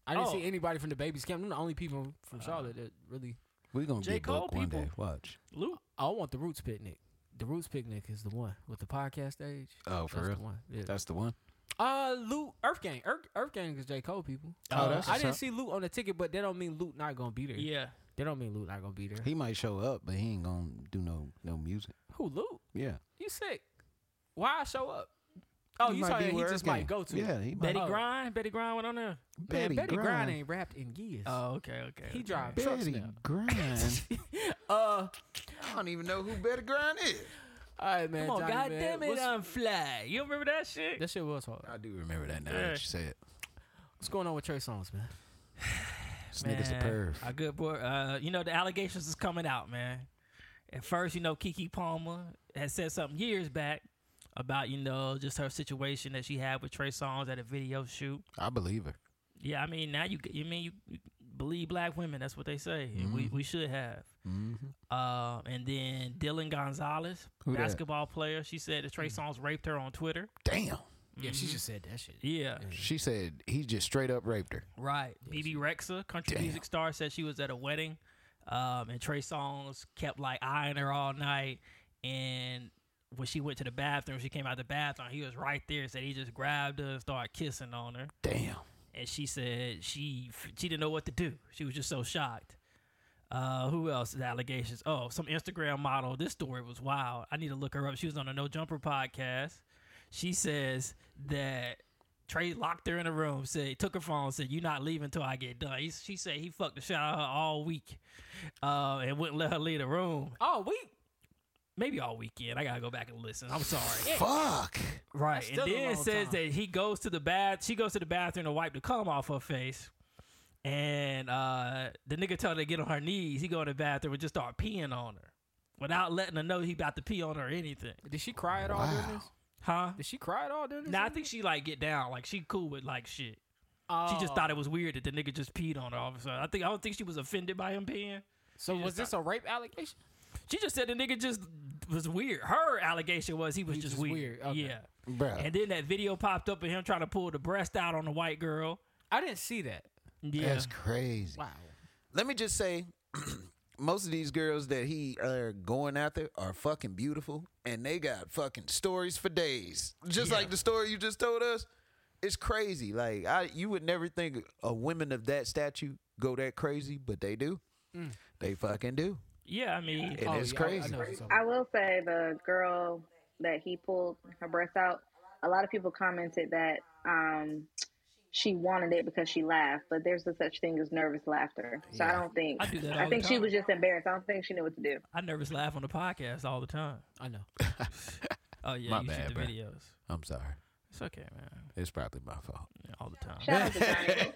I didn't Oh. see anybody from the baby's camp. They're the only people from Charlotte that really We gonna J. get Cole booked one people. day. Watch. Luke. I want the Roots Picnic. The Roots Picnic is the one with the podcast age. Oh, for That's real. the one. Yeah. That's the one. uh, Loot Earth Gang. Earth, Earth Gang is J Cole people. Oh, Uh, that's I what's didn't up. see Loot on the ticket, but that don't mean Loot not gonna be there. Yeah. They don't mean Loot not gonna be there. He might show up, but he ain't gonna do no no music. Who Loot? Yeah. You sick? Why I show up? Oh, you might be talking he where just Earth might Gang. go to. Yeah, he might. Betty Oh. Grind. Betty Grind went on there. Man, Betty, Grind. Grine. Uh, ain't rapped in years. Oh, okay, okay. he okay. drive trucks Betty now. Grind. Uh, I don't even know who Betty Grind is. All right, man. Come on, Johnny, God man. damn it, uh, What's, I'm fly. You remember that shit? that shit was hard. I do remember that now Yeah. that you said. What's going on with Trey Songz, man? This nigga's a perv. A good boy. Uh, you know the allegations is coming out, man. At first, you know Kiki Palmer had said something years back about you know just her situation that she had with Trey Songz at a video shoot. I believe her. Yeah, I mean now you you mean you, you believe black women? That's what they say. and Mm-hmm. We we should have. Uh, and then Dylan Gonzalez, Who that? Mm. basketball player, she said that Trey Songz raped her on Twitter. Damn. Yeah, Mm-hmm. she just said that shit. Yeah, She said he just straight up raped her. Right. BB Rexa, country Damn. music star, said she was at a wedding, um, and Trey Songz kept like eyeing her all night. And when she went to the bathroom, she came out the bathroom. He was right there. Said he just grabbed her and started kissing on her. Damn. And she said she she didn't know what to do. She was just so shocked. Uh, who else? The allegations. Oh, some Instagram model. This story was wild. I need to look her up. She was on a No Jumper podcast. She says that Trey locked her in a room, said took her phone, said you not leaving till I get done. He, she said he fucked the shit out of her all week, uh, and wouldn't let her leave the room. Oh, we Maybe all weekend. I gotta go back and listen. I'm sorry. Fuck. Right, still and a then long says time. that he goes to the bath. She goes to the bathroom to wipe the cum off her face, and uh, the nigga tell her to get on her knees. He go in the bathroom and just start peeing on her without letting her know he about to pee on her or anything. did she cry at all during Wow. this? Huh? Did she cry at all during this? Now I think she like get down, like she cool with like shit. Oh. She just thought it was weird that the nigga just peed on her. All of a sudden, I think I don't think she was offended by him peeing. So she was just this a rape allegation? She just said the nigga just was weird. Her allegation was he was He's just, just weird. weird, okay. Yeah. Bruh. And then that video popped up of him trying to pull the breast out on the white girl. I didn't see that. Yeah. That's crazy. Wow. Let me just say, most of these girls that he are going after are fucking beautiful, and they got fucking stories for days. Just like the story you just told us, it's crazy. Like I, you would never think a woman of that statue go that crazy, but they do. Mm. They fucking do. Yeah, I mean, It is oh, yeah, I- I crazy. know what you're talking I will say the girl that he pulled her breast out. A lot of people commented that um, she wanted it because she laughed, but there's no such thing as nervous laughter. So I don't think. I do that all I the think she time. was just embarrassed. I don't think she knew what to do. I nervous laugh on the podcast all the time. about. I know. Oh yeah, My you bad, shoot the bro. videos. I'm sorry. It's okay, man. It's probably my fault. Yeah, all the time. Shout out to Johnny.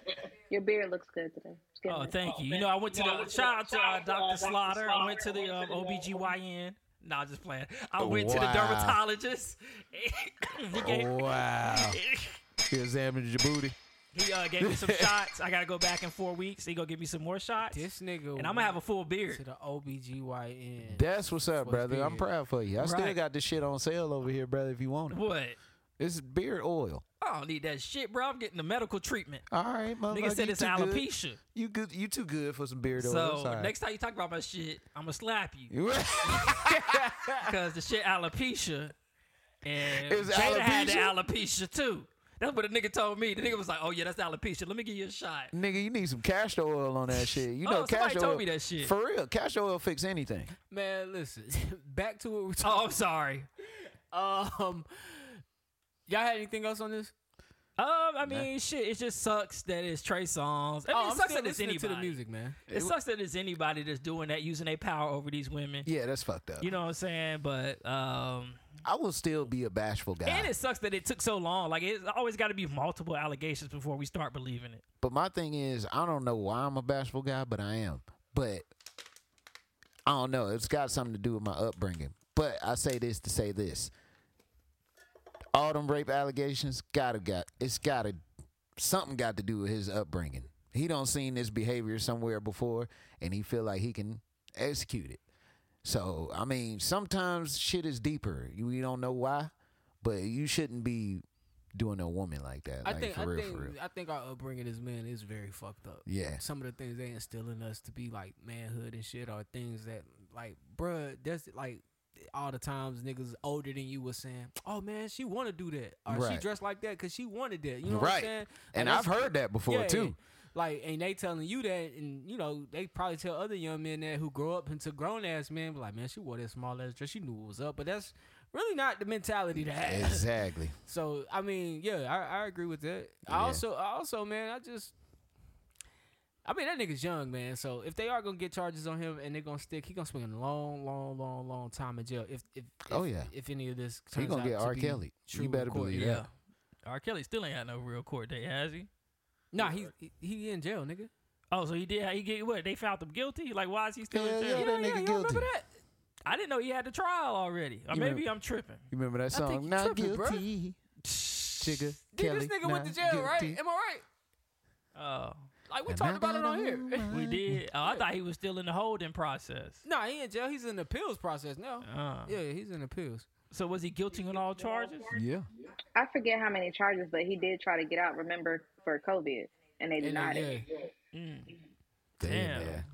Your beard looks good today. Just giving Oh, it. thank you. You know, I went to the shout out to uh, Dr. Slaughter. I went to the um, OBGYN. Nah, just playing. I went to the Oh, Wow. Oh, dermatologist. he gave, Wow. He examined your booty. he, uh, gave me some shots. I gotta go back in four weeks. He gonna give me some more shots, This nigga. and I'm gonna have a full to beard. the OBGYN. That's what's up, brother. I'm big. proud for you. I still Right. got this shit on sale over here, brother, if you want it. What? It's beard oil. I don't need that shit, bro. I'm getting the medical treatment. All right, motherfucker. Nigga said you it's too good. alopecia. You good? You too good for some beard oil. So It's all right. next time you talk about my shit, I'm gonna slap you You- because the shit alopecia and Is Jada had the alopecia? alopecia too. That's what the nigga told me. The nigga was like, "Oh yeah, that's alopecia. Let me give you a shot." nigga, you need some castor oil on that shit. You Oh, know, somebody castor told oil. me that shit. For real, castor oil fix anything. Man, listen. back to what we're talking. Oh, I'm sorry. Um, y'all had anything else on this? Um, I mean, shit, it just sucks that it's Trey Songz. I mean, oh, it sucks still that it's listening anybody. to the music, man. It sucks that it's anybody that's doing that, using their power over these women. Yeah, that's fucked up. You know what I'm saying? But um, I will still be a bashful guy. and it sucks that it took so long. Like it's always got to be multiple allegations before we start believing it. But my thing is, I don't know why I'm a bashful guy, but I am. But I don't know. It's got something to do with my upbringing. But I say this to say this: all them rape allegations gotta got it's gotta something got to do with his upbringing. He don't seen this behavior somewhere before, and he feel like he can execute it. So I mean, sometimes shit is deeper. You we don't know why, but you shouldn't be doing a woman like that. I like, think for I real, think for real. I think our upbringing as men is very fucked up. Yeah. some of the things they instill in us to be like manhood and shit are things that like, bruh, that's like all the times niggas older than you was saying, oh man, she want to do that, or she Right. dressed like that because she wanted that. You know what right. I'm saying? And Like, I've that's- heard that before yeah, too. Like, and they telling you that, and you know, they probably tell other young men that who grow up into grown ass men, be like, man, she wore that small ass dress, she knew what was up, but that's really not the mentality to have. Exactly. So I mean, yeah, I, I agree with that. I Yeah. also, I also, man, I just I mean, that nigga's young, man. So if they are gonna get charges on him and they're gonna stick, he gonna spend a long, long, long, long time in jail. If if, if Oh, yeah. if any of this He turns gonna out get to R. be Kelly. true You better in court. believe Yeah. that. R. Kelly still ain't had no real court date, has he? Nah, he he- he in jail, nigga. Oh, so he did. He get what? They found him guilty. Like, why is he still Yeah, in jail? yeah, that nigga you guilty. remember that? I didn't know he had the trial already. Or You maybe remember- I'm tripping. You remember that think song? you Not tripping, bruh. guilty. Chigga Dude, Kelly. this nigga went to not jail, right? guilty. Am I right? Oh, Like we talked about it on here. we did. Oh, I thought he was still in the holding process. nah, he in jail. He's in the appeals process now. Uh, Yeah, he's in appeals. So was he guilty on all charges? Yeah. I forget how many charges, but he did try to get out. Remember for COVID, and they And then, denied it. yeah. Mm. Damn. Damn. man.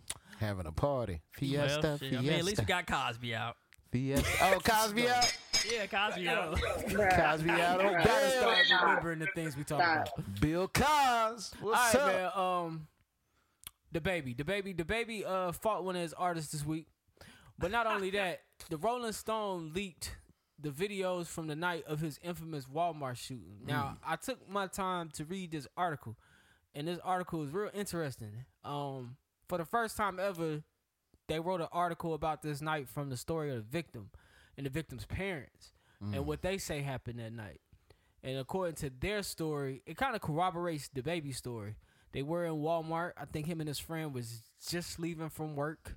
Having a party. Fiesta, Well, shit, fiesta, I mean, at least we got Cosby out. fiesta. Oh, Cosby out. Yeah, Cosby out. Bruh. Cosby out on Bruh. Gotta bail. start remembering the things we talked about. Stop. Bill Cos. What's All right, up? man. Um, the baby, the baby, the baby. Uh, fought one of his artists this week. But not only that, the Rolling Stone leaked the videos from the night of his infamous Walmart shooting. Now, Mm. I took my time to read this article, and this article is real interesting. Um, for the first time ever, they wrote an article about this night from the story of the victim and the victim's parents Mm. and what they say happened that night. And according to their story, it kind of corroborates the baby story. They were in Walmart. I think him and his friend was just leaving from work.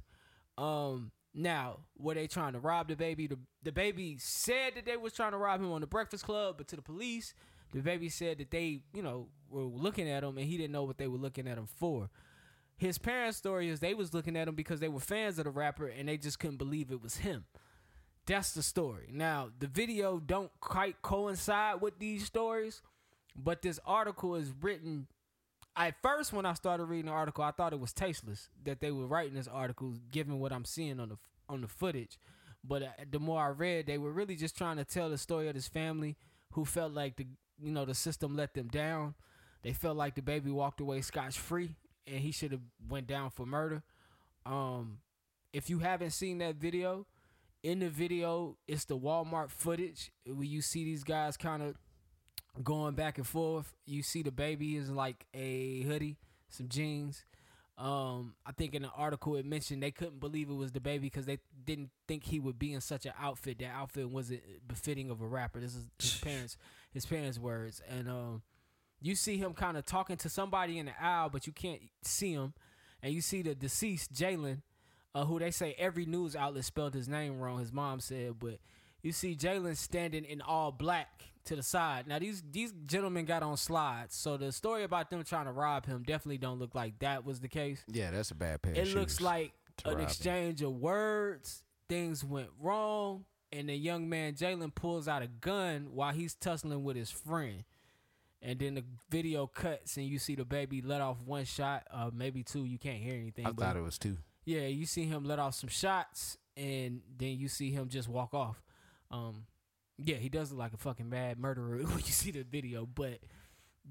Um, now were they trying to rob the baby? The, the baby said that they was trying to rob him on the Breakfast Club, but to the police, the baby said that they, you know, were looking at him and he didn't know what they were looking at him for. His parents' story is they was looking at him because they were fans of the rapper and they just couldn't believe it was him. That's the story. Now the video don't quite coincide with these stories, but this article is written at first when I started reading the article, I thought it was tasteless that they were writing this article, given what I'm seeing on the on the footage. But uh, the more I read, they were really just trying to tell the story of this family who felt like the you know the system let them down. They felt like the baby walked away scotch free, and he should have went down for murder. Um, if you haven't seen that video, in the video it's the Walmart footage where you see these guys kind of going back and forth. You see the baby is like a hoodie, some jeans. Um, I think in the article it mentioned they couldn't believe it was the baby because they didn't think he would be in such an outfit. That outfit wasn't befitting of a rapper. This is his parents, his parents' words, and um, you see him kind of talking to somebody in the aisle, but you can't see him, and you see the deceased Jalen, uh, who they say every news outlet spelled his name wrong. His mom said, but you see Jalen standing in all black to the side. Now these these gentlemen got on slides, so the story about them trying to rob him definitely don't look like that was the case. Yeah, that's a bad pair of It looks shoes. like to an rob him. exchange of words. Things went wrong, and the young man Jalen pulls out a gun while he's tussling with his friend. And then the video cuts, and you see the baby let off one shot, uh, maybe two. You can't hear anything. I but- thought it was two. yeah, you see him let off some shots, and then you see him just walk off. Um, yeah, he does look like a fucking mad murderer when you see the video. But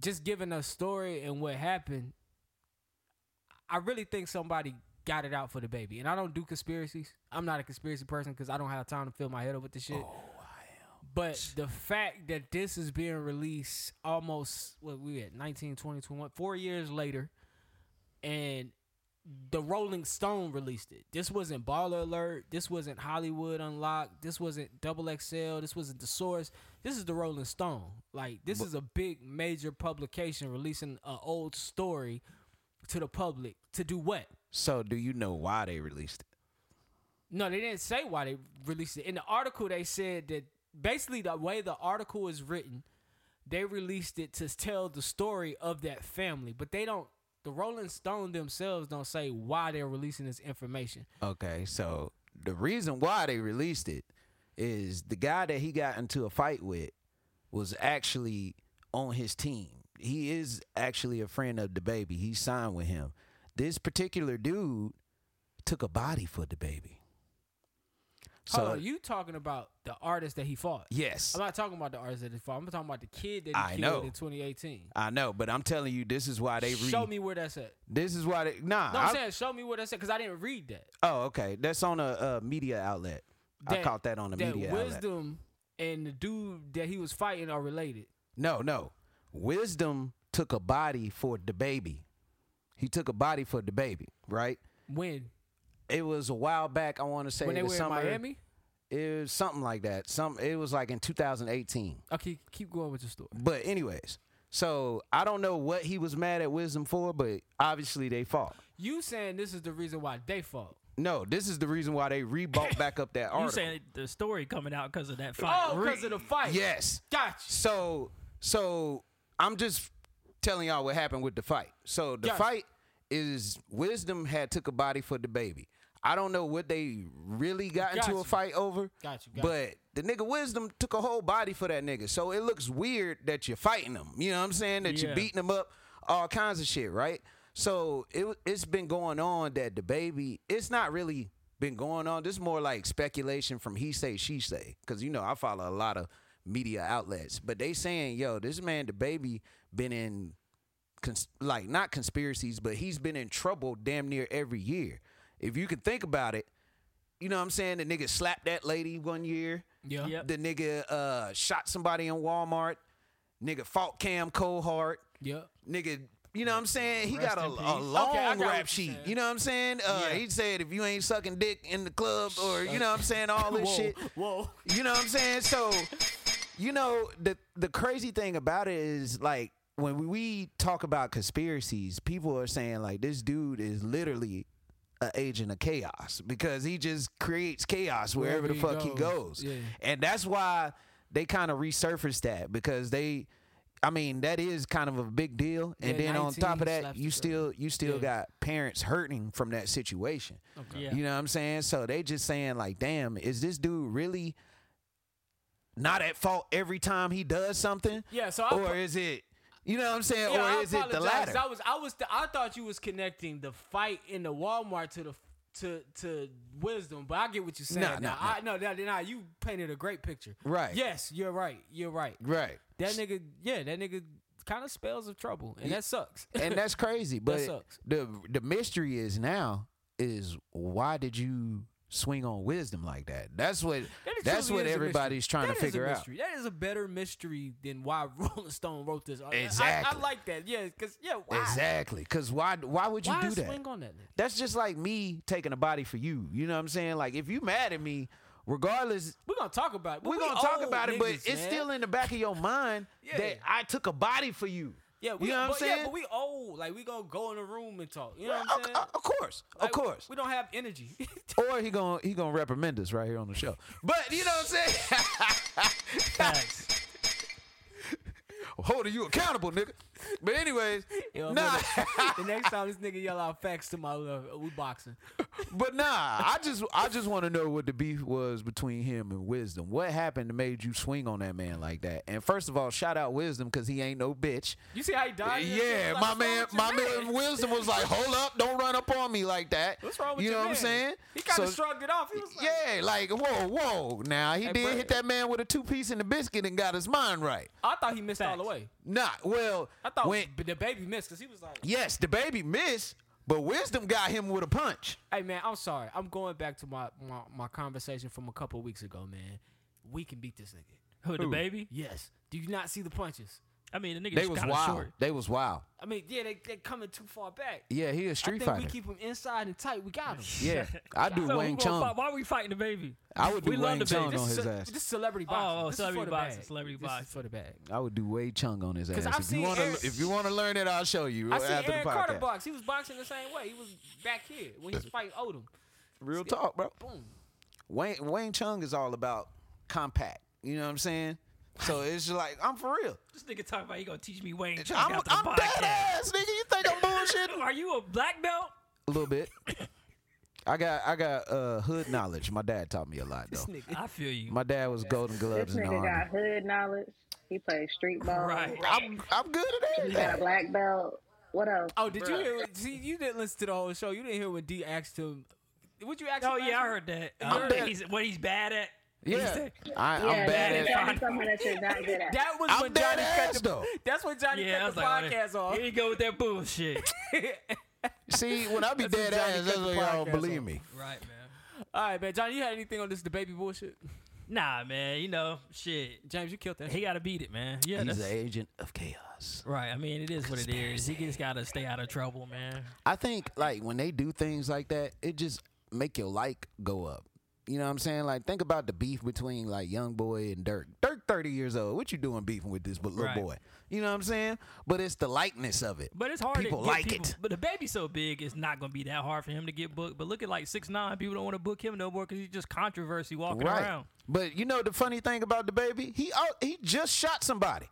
just given a story and what happened, I really think somebody got it out for the baby. And I don't do conspiracies. I'm not a conspiracy person because I don't have time to fill my head up with this shit. Oh, I am. But the fact that this is being released almost what we at 19, 20, 21, four years later, and the Rolling Stone released it. This wasn't Baller Alert. This wasn't Hollywood Unlocked. This wasn't Double XL. This wasn't The Source. This is the Rolling Stone. Like this is a big major publication releasing an old story to the public to do what? So, do you know why they released it? No, they didn't say why they released it. In the article, they said that basically the way the article is written, they released it to tell the story of that family, but they don't. The Rolling Stone themselves don't say why they're releasing this information. Okay, so the reason why they released it is the guy that he got into a fight with was actually on his team. He is actually a friend of the baby. He signed with him. This particular dude took a body for the baby. So Hold on, you talking about the artist that he fought? yes, I'm not talking about the artist that he fought. I'm talking about the kid that he I killed know. in 2018. I know, but I'm telling you, this is why they re- Show me where that's at. This is why they nah. No, I'm I- saying show me where that's at because I didn't read that. oh, okay. That's on a, uh media outlet. I That- caught that on a that media outlet. wisdom and the dude that he was fighting are related. No, no. Wisdom took a body for the baby. He took a body for the baby, right? When It was a while back. I want to say when they the were in summer, Miami. It was something like that. Some it was like in 2018. Okay, keep going with the story. But anyways, so I don't know what he was mad at Wisdom for, but obviously they fought. You saying this is the reason why they fought? No, this is the reason why they rebought back up that You article. saying the story coming out because of that fight? Oh, because of the fight. yes. Gotcha. So so I'm just telling y'all what happened with the fight. So the Yes. fight is Wisdom had took a body for the baby. I don't know what they really got into a Gotcha. fight over. Gotcha, gotcha. But the nigga Wisdom took a whole body for that nigga. So it looks weird that you're fighting him. You know what I'm saying? That Yeah. you're beating him up, all kinds of shit, right? So it w- it's been going on that the baby. It's not really been going on. This is more like speculation from he say she say. Cause you know I follow a lot of media outlets, but they saying yo, this man the baby been in cons- like not conspiracies, but he's been in trouble damn near every year. If you can think about it, you know what I'm saying? The nigga slapped that lady one year. Yeah. Yep. The nigga uh, shot somebody in Walmart. Nigga fought Cam Cohart. Yep. Nigga, you know what I'm saying? He Rest got a, in peace. a Okay, long I got what you're rap sheet. saying. You know what I'm saying? Uh, Yeah. He said if you ain't sucking dick in the club or you know what I'm saying, all this Whoa. shit. Whoa. You know what I'm saying? So, you know, the the crazy thing about it is like when we talk about conspiracies, people are saying like this dude is literally an agent of chaos because he just creates chaos wherever, Wherever the he fuck he goes. goes. Yeah. And that's why they kind of resurfaced that because they I mean, that is kind of a big deal. And Yeah, then on top 19 of that, slaps you the still you still Yeah. got parents hurting from that situation. Yeah. You know what I'm saying? So they just saying like, damn, is this dude really not at fault every time he does something? Yeah, so I or pro- is it you know what I'm saying? Yeah, or I is it the apologize. latter? I was, I was, I thought you was connecting the fight in the Walmart to the to to wisdom, but I get what you're saying. Nah, now. nah, nah. I, no, no, no, you painted a great picture. Right. Yes, you're right. You're right. right. That nigga, yeah, that nigga kind of spells of trouble, and that sucks. and that's crazy. But sucks. the the mystery is now is why did you swing on wisdom like that? That's what That is that's truly what is a everybody's mystery. trying That to is a figure out. mystery. That is a better mystery than why Rolling Stone wrote this. I- I, I Exactly. like that. Yeah, because yeah, why? Exactly. Cause why why would you Why do that? swing on that? Nigga? That's just like me taking a body for you. You know what I'm saying? Like if you mad at me, regardless, We're gonna talk about it. but we're we gonna talk old about it, but niggas, it's man. still in the back of your mind Yeah. that I took a body for you. Yeah, we, you know what I'm but, saying? Yeah, but we old. Like we gonna go in the room and talk. You know what I'm of, saying? of course, of Like, course. We don't have energy. Or he gonna he gonna reprimand us right here on the show. But you know what I'm saying? Facts. Holding you accountable, nigga. But anyways, Yo, nah. nigga, the next time this nigga yell out facts to my love, we boxing. But nah, I just I just want to know what the beef was between him and Wisdom. What happened that made you swing on that man like that? And first of all, shout out Wisdom because he ain't no bitch. You see how he died? Eh, Yeah, my man, my man Wisdom was like, "Hold up, don't run up on me like that." What's wrong with you? your know what man? I'm saying? He kind of So- shrugged it off. He was like, Yeah, like whoa, whoa. Now he Hey, did bro. hit that man with a two piece and a biscuit and got his mind right. I thought he missed all the Facts. way. Nah, well, I thought when b- the baby missed because he was like, yes, the baby missed, but Wisdom got him with a punch. "Hey man, I'm sorry. I'm going back to my my, my conversation from a couple weeks ago, man. We can beat this nigga. Who the baby? Yes. Do you not see the punches? I mean, the nigga They just was kinda wild. short. They was wild. I mean, yeah, they they coming too far back. Yeah, he a I street think fighter. we keep him inside and tight. We got him. yeah, I do So Wang who gonna Chung. fight- Why are we fighting the baby? I would do We love Wang the Chung baby. on This his is ce- ass. This is celebrity boxing. Oh, oh, this celebrity is for the boxing, bag. celebrity this boxing. Is for the bag. I would do Wei Chung on his ass. 'Cause I've if you seen want to, Eric- if you want to learn it, I'll show you I seen after Aaron the podcast. Carter box. He was boxing the same way. He was back here when he was fighting Odom. Real talk, bro. Boom. Wayne Wayne Chung is all about compact. You know what I'm saying? So it's just like I'm for real. This nigga talking about he gonna teach me Wayne Chung I'm, after the I'm podcast. badass, nigga. You think I'm bullshitting? Are you a black belt? a little bit. I got I got uh, hood knowledge. My dad taught me a lot though. I feel you. My dad was Golden This Gloves in the nigga got army. hood knowledge. He plays street ball. Right. I'm I'm good at He got a everything. black belt. What else? Oh, did you hear? See, you didn't listen to the whole show. You didn't hear when D asked him. Would you ask? Oh him yeah, I last heard that. I'm Um, bad. he's, what he's bad at. He Yeah, said- I, I'm yeah, bad you at. gotta do something that you're not good at. That was I'm when Johnny dead cut the. ass, though. That's when Johnny Yeah, I cut was the like, oh, podcast off. Here you go with that bullshit. See, when I be That's dead when Johnny ass, cut that's the what y'all podcast don't believe off. me. right, man. All right, man. Johnny, you had anything on this the baby bullshit? Nah, man. You know, shit. James, you killed that. He gotta beat it, man. Yeah, He's that's an agent of chaos. right. I mean, it is what it is. He just gotta stay out of trouble, man. I think like when they do things like that, it just make your like go up. You know what I'm saying? Like think about the beef between like young boy and Dirk. Dirk 30 years old. What you doing beefing with this but little Right. boy? You know what I'm saying? But it's the likeness of it. But it's hard. People to get like people, it. But the baby's so big, it's not gonna be that hard for him to get booked. But look at like six nine. People don't want to book him no more because he's just controversy walking right. around. But you know the funny thing about the baby? He out he just shot somebody.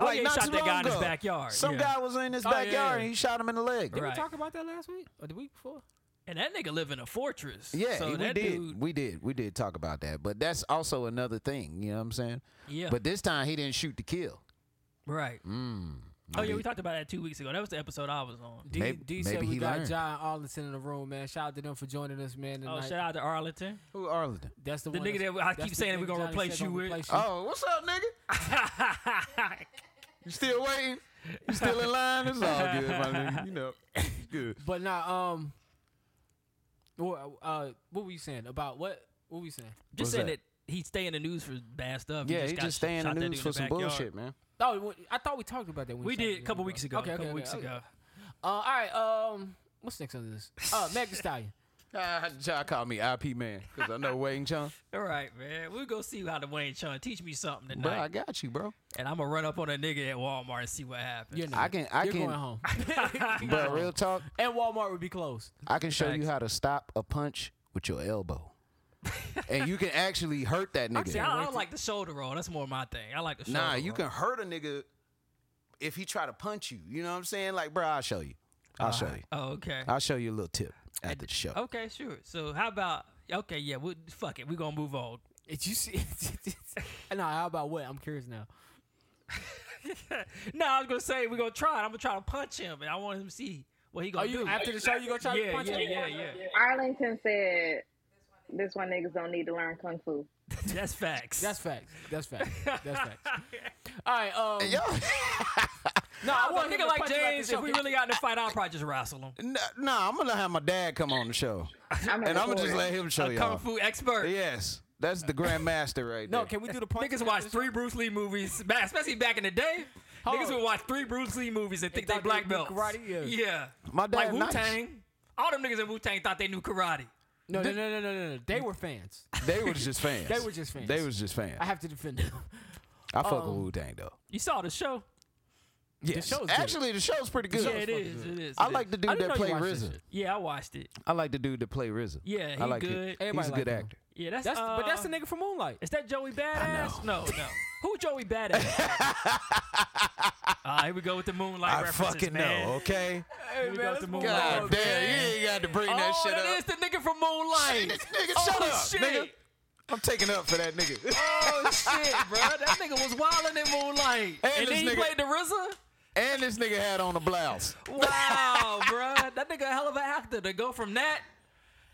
Oh, yeah, he not shot too that guy long in his ago. backyard, Some yeah. guy was in his Oh, yeah, backyard yeah. and he shot him in the leg. Did Right. we talk about that last week or the week before? And that nigga live in a fortress. Yeah, so we that did. Dude, we did. We did talk about that. But that's also another thing. You know what I'm saying? Yeah. But this time he didn't shoot to kill. right. oh yeah, we talked about that two weeks ago. That was the episode I was on. D, Maybe- D maybe said we he got learned. John Arlington in the room, man. Shout out to them for joining us, man. Oh, Tonight. shout out to Arlington. Who Arlington? That's the, The one nigga that's- that I that's keep the saying we nigga gonna Johnny replace said you gonna with. replace you. Oh, what's up, nigga? You still waiting? You still in line? It's all good, my nigga. You know, it's good. But nah, um, what, uh, what were you saying about what? What were you saying? Just What's saying that? that? he stay in the news for bad stuff. Yeah, he got just sh- staying in shot the that news dude for in the some backyard. bullshit, man. Oh, I thought we talked about that. When We started did a the couple show, weeks bro. ago. Okay, a couple okay, weeks okay. ago. Uh, all right. Um, what's next on this? Uh, Meg Thee Stallion. Ah, John called me IP man because I know Wayne Chung. All right, man. We'll go see how the Wayne Chun teach me something Bro, I tonight. got you, bro. and I'm gonna run up on a nigga at Walmart and see what happens. You're I can- I You're can- going home. But real talk, and Walmart would be closed. I can show you how to stop a punch with your elbow, and you can actually hurt that nigga. See, I, I don't like the shoulder roll. That's more my thing. I like the shoulder Nah, you roll. can hurt a nigga if he try to punch you. You know what I'm saying? Like, bro, I'll show you. I'll show you. Oh, okay. I'll show you a little tip after the show. Okay, sure. So how about? Okay, yeah. We fuck it. We gonna move on. Did you see? no, how about what? I'm curious now. No, I was gonna say we gonna try it. I'm gonna try to punch him, and I want him to see what he Are gonna you do. after the show? You gonna try yeah, to punch yeah, him? yeah, yeah, Arlington said, "This one niggas don't need to learn kung fu." That's facts. That's facts. That's facts. That's facts. All right. Um, Yo, no, I want I want him a to nigga like punch you out James. the If we show. really got in a fight, I'll probably just wrestle him. no, nah, I'm gonna have my dad come on the show, I'm and I'm gonna just let him show A you. kung all fu expert. Yes, that's the grandmaster right there. No, can we do the punch? Niggas watch three Bruce Lee movies, ba- especially back in the day. Hold Niggas on. would watch three Bruce Lee movies and think they thought they black knew belts. karate, yeah. My like dad Wu nice. Tang. All them niggas in Wu Tang thought they knew karate. No, no, no, no, no, no, no. They were fans. They was just fans. They were just fans. They was just fans. I have to defend them. I fuck with um, Wu Tang though. You saw the show. Yes, show's good. actually the show's pretty good. yeah, it is. It is. I it like is. the dude didn't that know you play watched that RZA. shit. Yeah, I watched it. I like the dude that play RZA. Yeah, I he like it. good. Everybody He's a like good him. actor. Yeah, that's That's uh, but that's the nigga from Moonlight. Is that Joey Badass? No, no. Who Joey Badass? uh, here we go with the moonlight I references, fucking man. know. Okay. Hey, we got the Moonlight God Oh, damn, man. you ain't got to bring Oh, that shit that up. is the nigga from Moonlight. Shit, nigga, oh, shut up, shit. nigga. I'm taking up for that nigga. Oh shit, bro! That nigga was wilding in Moonlight, and, And this then he nigga- played the RZA. And this nigga had on a blouse. Wow, bro! That nigga a hell of an actor to go from that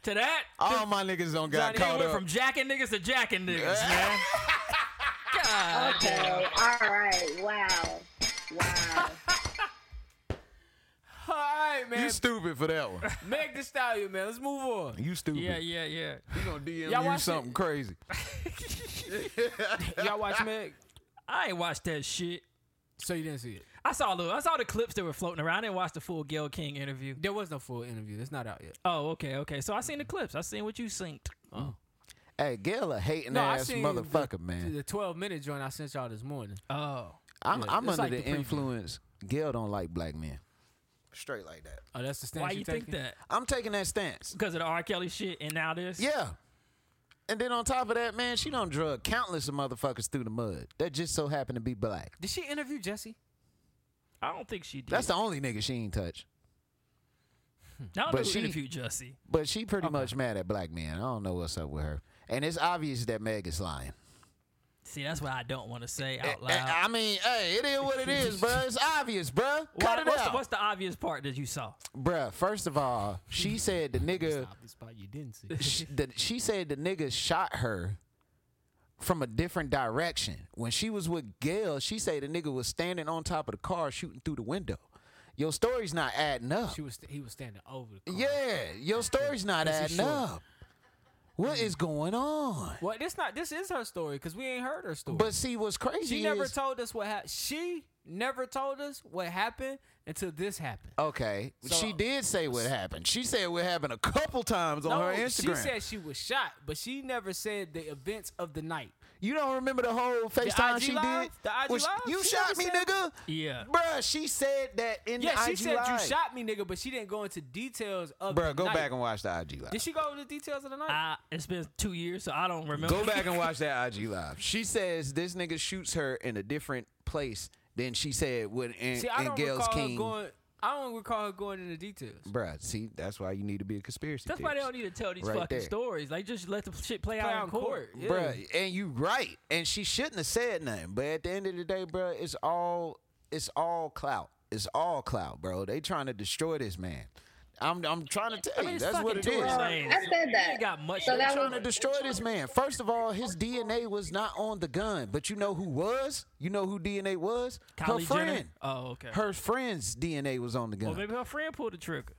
to that. All my niggas don't Johnny, got he caught went up. from jacking niggas to jacking niggas, man. God, Okay. All right. Wow. Wow. All right, you man. stupid for that one. Meg the Stallion, man. Let's move on. You stupid. yeah, yeah, yeah. He gonna DM Y'all you watch something crazy. Y'all watch Meg? I ain't watched that shit. So you didn't see it. I saw the I saw the clips that were floating around. I didn't watch the full Gail King interview. There was no full interview. It's not out yet. Oh, okay, okay. So I seen the clips. I seen what you synced. Hey, Gail a hating No, I ass seen motherfucker, the, man. The 12 minute joint I sent y'all this morning. Oh, I'm, yeah, I'm it's under like the, the preview. influence. Gail don't like black men. Straight like that. Oh, that's the stance. why you, you think taking? that? I'm taking that stance. Because of the R. Kelly shit and now this. Yeah. And then on top of that, man, she done drug countless of motherfuckers through the mud. That just so happened to be black. Did she interview Jesse? I don't think she did. That's the only nigga she ain't touched. I but don't know who she- interviewed Jussie. But she pretty much mad at black men. I don't know what's up with her. And it's obvious that Meg is lying. See, that's what I don't want to say Eh, out eh, loud. I mean, hey, it is what it is, bruh. It's obvious, bruh. Why- Cut it what's, the, out. what's the obvious part that you saw? bruh, first of all, she said the nigga This part you didn't see. sh- the, she said the nigga shot her from a different direction. When she was with Gail, she said the nigga was standing on top of the car shooting through the window. Your story's not adding up. She was. He was standing over. The car. Yeah, your story's not Yes, he adding should. up. What is going on? Well, this not this is her story because we ain't heard her story. But see, what's crazy? she never is- told us what happened. She never told us what happened until this happened. Okay, she did say what happened. She said what happened a couple times on her she Instagram. said she was shot, but she never said the events of the night. you don't remember the whole FaceTime IG she Live? did? The IG When she- Live? You She shot never me, said- nigga. Yeah. Bruh, she said that in Yeah, the she IG said Live. you shot me, nigga, but she didn't go into details of. the Bruh, go night. back and watch the IG Live. Did she go into the details of the night? I, it's been two years, so I don't remember. Go back and watch that IG live. She says this nigga shoots her in a different place than she said when in, See, I in don't Gail's recall King. her going. I don't recall her going into details. Bruh, see, that's why you need to be a conspiracy. That's why they theorist. don't need to tell these Right fucking there. stories. Like, just let the shit play, Play out on in court. court. Yeah. Bruh, and you right. And she shouldn't have said nothing. But at the end of the day, bruh, it's all it's all clout. It's all clout, bro. They trying to destroy this man. I'm I'm trying to tell mean, you. it's That's what fucking it is. tourist Well, lanes. I said You that. ain't got much So to that trying to was destroy this man. First of all, his DNA was not on the gun, but you know who was? You know who DNA was? Kylie her Jenner? friend. Oh, okay. Her friend's DNA was on the gun. Well, maybe her friend pulled the trigger.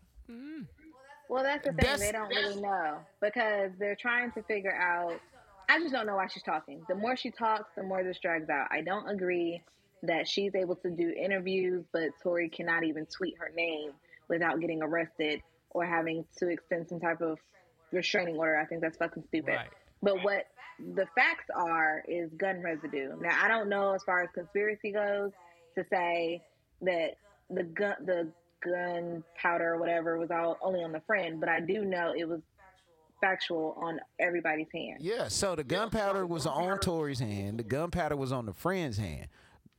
well. That's the thing. That's- they don't really know because they're trying to figure out. I just don't know why she's talking. The more she talks, the more this drags out. I don't agree that she's able to do interviews, but Tori cannot even tweet her name without getting arrested or having to extend some type of restraining order. I think that's fucking stupid. Right. But what the facts are is gun residue. Now I don't know as far as conspiracy goes to say that the gun the gunpowder or whatever was all only on the friend, but I do know it was factual on everybody's hand. Yeah, so the gunpowder was on Tori's hand. The gunpowder was on the friend's hand.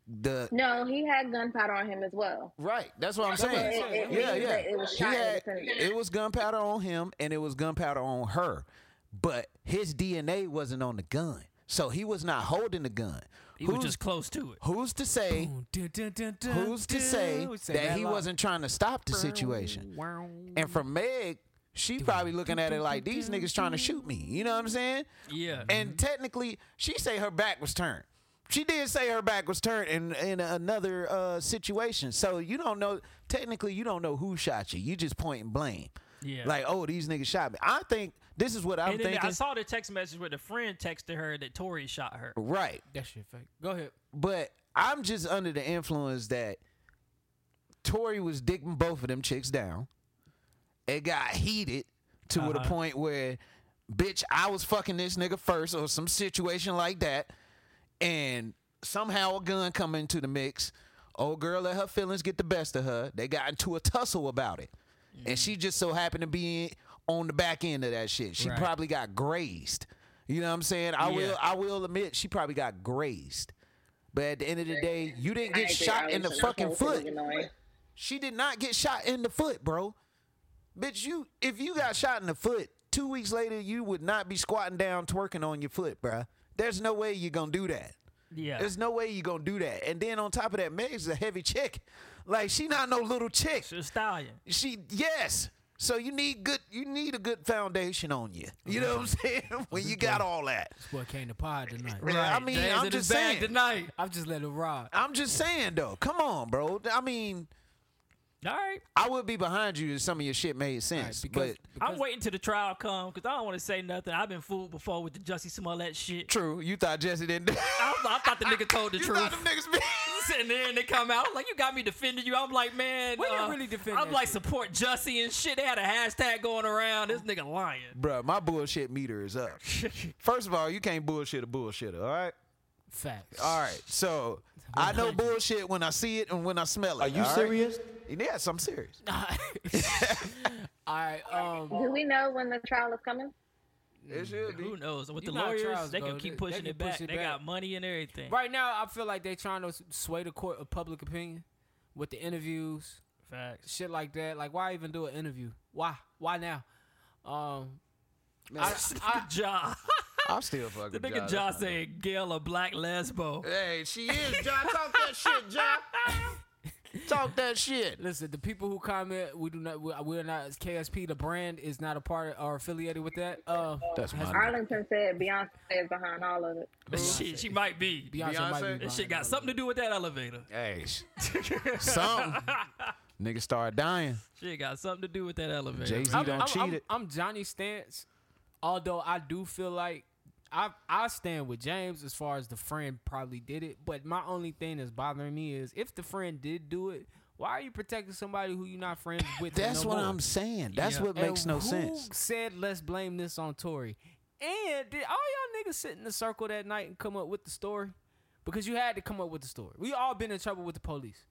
The No, he had gunpowder on him as well. Right. That's what I'm saying. what it- it yeah, means yeah. that it was He shot in had- the vicinity. it was gunpowder on him and it was gunpowder on her. But his DNA wasn't on the gun. So he was not holding the gun. He Who's- was just close to it. who's to say who's to say that he wasn't trying to stop the situation? And for Meg, she probably looking at it like these niggas trying to shoot me. You know what I'm saying? Yeah. And technically, she say her back was turned. She did say her back was turned in in another uh, situation. So you don't know. Technically, you don't know who shot you. You just point and blame. Yeah. Like, oh, these niggas shot me. I think this is what I'm And then thinking. I saw the text message where the friend texted her that Tori shot her. right. That shit fake. Go ahead. but I'm just under the influence that Tori was dicking both of them chicks down. It got heated to Uh-huh. a point where, bitch, I was fucking this nigga first, or some situation like that, and somehow a gun come into the mix. Old girl let her feelings get the best of her. They got into a tussle about it, and she just so happened to be on the back end of that shit. She Right. probably got grazed. You know what I'm saying? I Yeah. will. I will admit she probably got grazed. But at the end of the day, you didn't I get agree. shot I in the was just- fucking I was foot. annoyed. She did not get shot in the foot, bro. Bitch, you if you got shot in the foot, two weeks later you would not be squatting down twerking on your foot, bruh. There's no way you're gonna do that. Yeah. There's no way you're gonna do that. And then on top of that, Meg's a heavy chick. Like she not no little chick. She's a stallion. She yes. So you need good you need a good foundation on you. You know what I'm saying? When you got all that. This boy came to pod tonight. I mean, Days I'm in the just bag saying. Tonight. I've just let it ride. I'm just saying though. Come on, bro. I mean, All right. I would be behind you if some of your shit made sense. because- but I'm waiting till the trial come because I don't want to say nothing. I've been fooled before with the Jussie Smollett shit. true, you thought Jesse didn't. I, I thought the nigga told the you truth. thought them niggas be. Sitting there and they come out like you got me defending you. I'm like, man, We didn't uh, really defend I'm that like shit. support Jussie and shit. They had a hashtag going around. This nigga lying. Bruh, my bullshit meter is up. First of all, you can't bullshit a bullshitter, all right? Facts. All right, so I know bullshit when I see it and when I smell it. Are you serious? Yes, I'm serious. All right. Um, Do we know when the trial is coming? It should be. Who knows? With You the got lawyers, trials, they bro. can keep They- pushing they it can back. push it they back. got money and everything. right now, I feel like they trying to sway the court of public opinion with the interviews, Facts. shit like that. Like, why even do an interview? Why? Why now? Um, I, I, I, Ja. I'm still fucking. The nigga Ja. Ja saying Gail a black lesbo. Hey, she is John. Talk that shit, John. Talk that shit. Listen, the people who comment, we do not. we- We're not KSP. The brand is not a part of, or affiliated with that. Uh, That's my. Arlington said Beyonce is behind all of it. Shit, she might be. Beyonce, might be Beyonce? This behind shit all got of something to do with that elevator. Hey, sh- something. Nigga started dying. Shit got something to do with that elevator. Jay-Z. I- it. don't I'm, cheat I'm, it. I'm Johnny Stance. Although I do feel like I I stand with James as far as the friend probably did it, but my only thing that's bothering me is if the friend did do it, why are you protecting somebody who you're not friends with? That's no what more? I'm saying. That's Yeah. what makes And no who sense. Said let's blame this on Tory. And did all y'all niggas sit in the circle that night and come up with the story? Because you had to come up with the story. We all been in trouble with the police.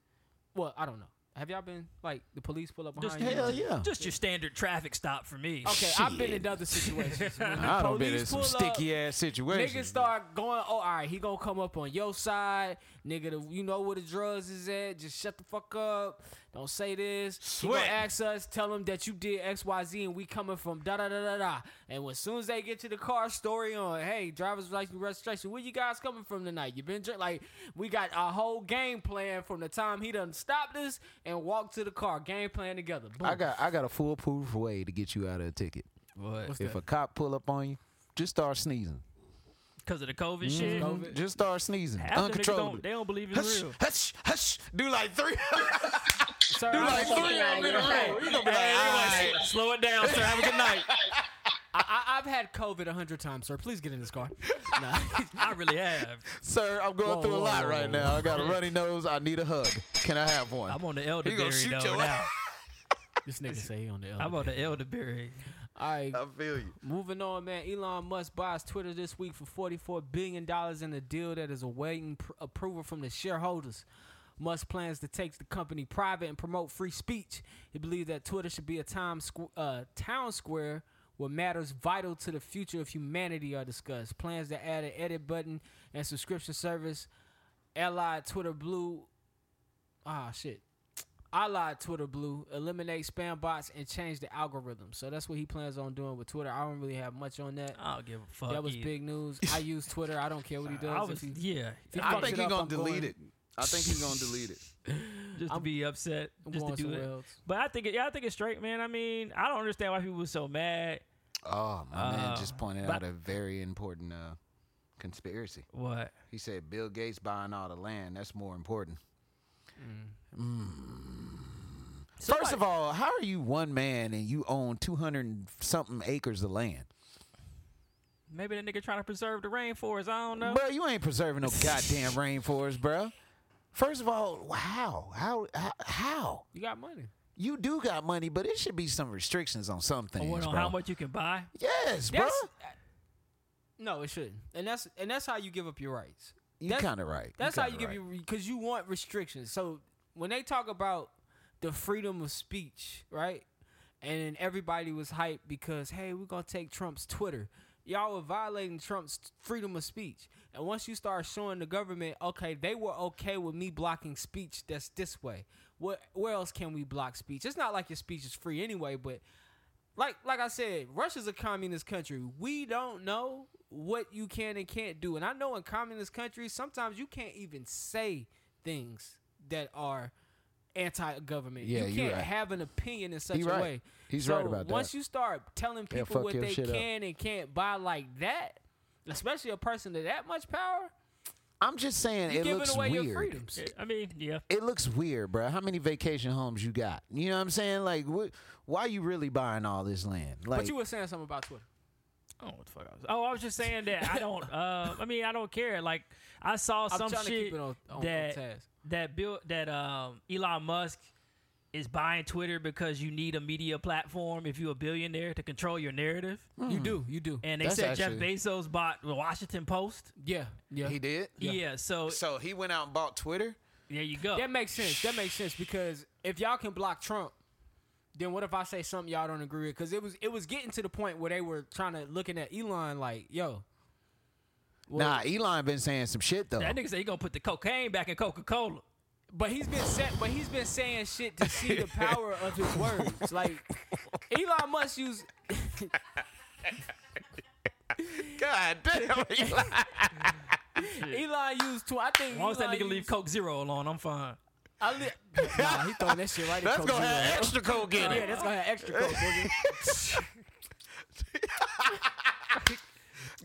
Well, I don't know. Have y'all been like the police pull up behind Just you? Hell yeah. Just your standard traffic stop for me. Oh. Okay, I've been in other situations. When the I don't been police in some pull up, sticky ass Niggas situations. start going, oh, all right, he gonna come up on your side. Nigga, the, you know where the drugs is at. Just shut the fuck up. Don't say this. He Sweat. gonna ask us, tell him that you did X, Y, Z, and we coming from da da da da da. And as soon as they get to the car, story on, hey, driver's license registration, where you guys coming from tonight? You been drink? Like, we got a whole game plan from the time he done stopped us and walked to the car. Game plan together. Boom. I got I got a foolproof way to get you out of a ticket. What's If that? a cop pull up on you, just start sneezing. because of the COVID shit. COVID. Just start sneezing. Half them niggas Uncontrollably. don't, they don't believe it's Mm-hmm. Hush, real. hush, hush. Do like three. Sir, do I like don't three know. of them in a row. You gonna be like, Hey, "Aight." everybody, sl- slow it down, sir. Have a good night. I, I, I've had COVID a hundred times, sir. Please get in this car. Nah. I really have. Sir, I'm going Whoa, through a whoa, lot whoa, right whoa. now. I got a runny nose. I need a hug. Can I have one? I'm on the He gonna elderberry shoot though your now. this nigga say he on the L. I'm on the elderberry. All right, I feel you. moving on, man. Elon Musk buys Twitter this week for forty-four billion dollars in a deal that is awaiting pr- approval from the shareholders. Musk plans to take the company private and promote free speech. He believes that Twitter should be a time squ- uh, town square where matters vital to the future of humanity are discussed. Plans to add an edit button and subscription service. Allied Twitter Blue. Ah, shit. Allied Twitter Blue, eliminate spam bots and change the algorithm. So that's what he plans on doing with Twitter. I don't really have much on that. I don't give a fuck. that was either. big news. I use Twitter. I don't care what he does. I If was he- yeah. he I fucks I was think it he's up, gonna I'm delete going- it. I think he's gonna delete it. just to I'm- be upset, I'm just to going do somewhere it. else. But I think it, yeah, I think it's straight, man. I mean, I don't understand why people were so mad. Oh, my man just Uh, pointed but- out a very important uh, conspiracy. What? He said Bill Gates buying all the land. That's more important. Mm. First of all, how are you one man and you own 200 and something acres of land? Maybe that nigga trying to preserve the rainforest. I don't know. Bro, you ain't preserving no goddamn rainforest, bruh. First of all, wow. How, how? How? You got money. You do got money, but it should be some restrictions on some I things, wonder bro. how much you can buy. yes, bro. That's- No, it shouldn't. And that's and that's how you give up your rights. You that's- kind of right. That's how you kinda give right. you because you want restrictions. So when they talk about the freedom of speech, right? And then everybody was hyped because hey, we're gonna take Trump's Twitter. Y'all were violating Trump's freedom of speech. And once you start showing the government, okay, they were okay with me blocking speech that's this way. What where else can we block speech? It's not like your speech is free anyway, but like like I said, Russia's a communist country. We don't know what you can and can't do. And I know in communist countries, sometimes you can't even say things that are anti-government. Yeah, you you can't right. have an opinion in such He a right. way. He's so right about that. Once you start telling Yeah, people fuck what your they shit up. can and can't buy like that, especially a person with that much power, I'm just saying, you're it giving looks away weird. your freedoms. I mean, yeah. it looks weird, bro. How many vacation homes you got? You know what I'm saying? Like, what? Why you really buying all this land? Like, but you were saying something about Twitter. I don't know what the fuck I was. Oh, I was just saying that I don't. Uh, I mean, I don't care. Like I saw I'm some trying to shit keep it on, on, that on task. that Bill that um Elon Musk is buying Twitter because you need a media platform if you're a billionaire to control your narrative. You do, you do. And they Hmm. That's said actually- Jeff Bezos bought the Washington Post. yeah, yeah. he did. Yeah. so So he went out and bought Twitter. there you go. That makes sense. That makes sense because if y'all can block Trump, then what if I say something y'all don't agree with? Because it was it was getting to the point where they were trying to looking at Elon like, yo, nah, Elon been saying some shit though. That nigga said he gonna put the cocaine back in Coca Cola. but he's been set, but he's been saying shit to see the power of his words. Like Elon Musk use God damn, Elon. Elon used to I think As long as that Elon nigga leave used- Coke Zero alone, I'm fine. I li- nah, he throwing that shit right. at That's Coke gonna Zero. have extra coke in Yeah, it. that's gonna have extra coke. nigga.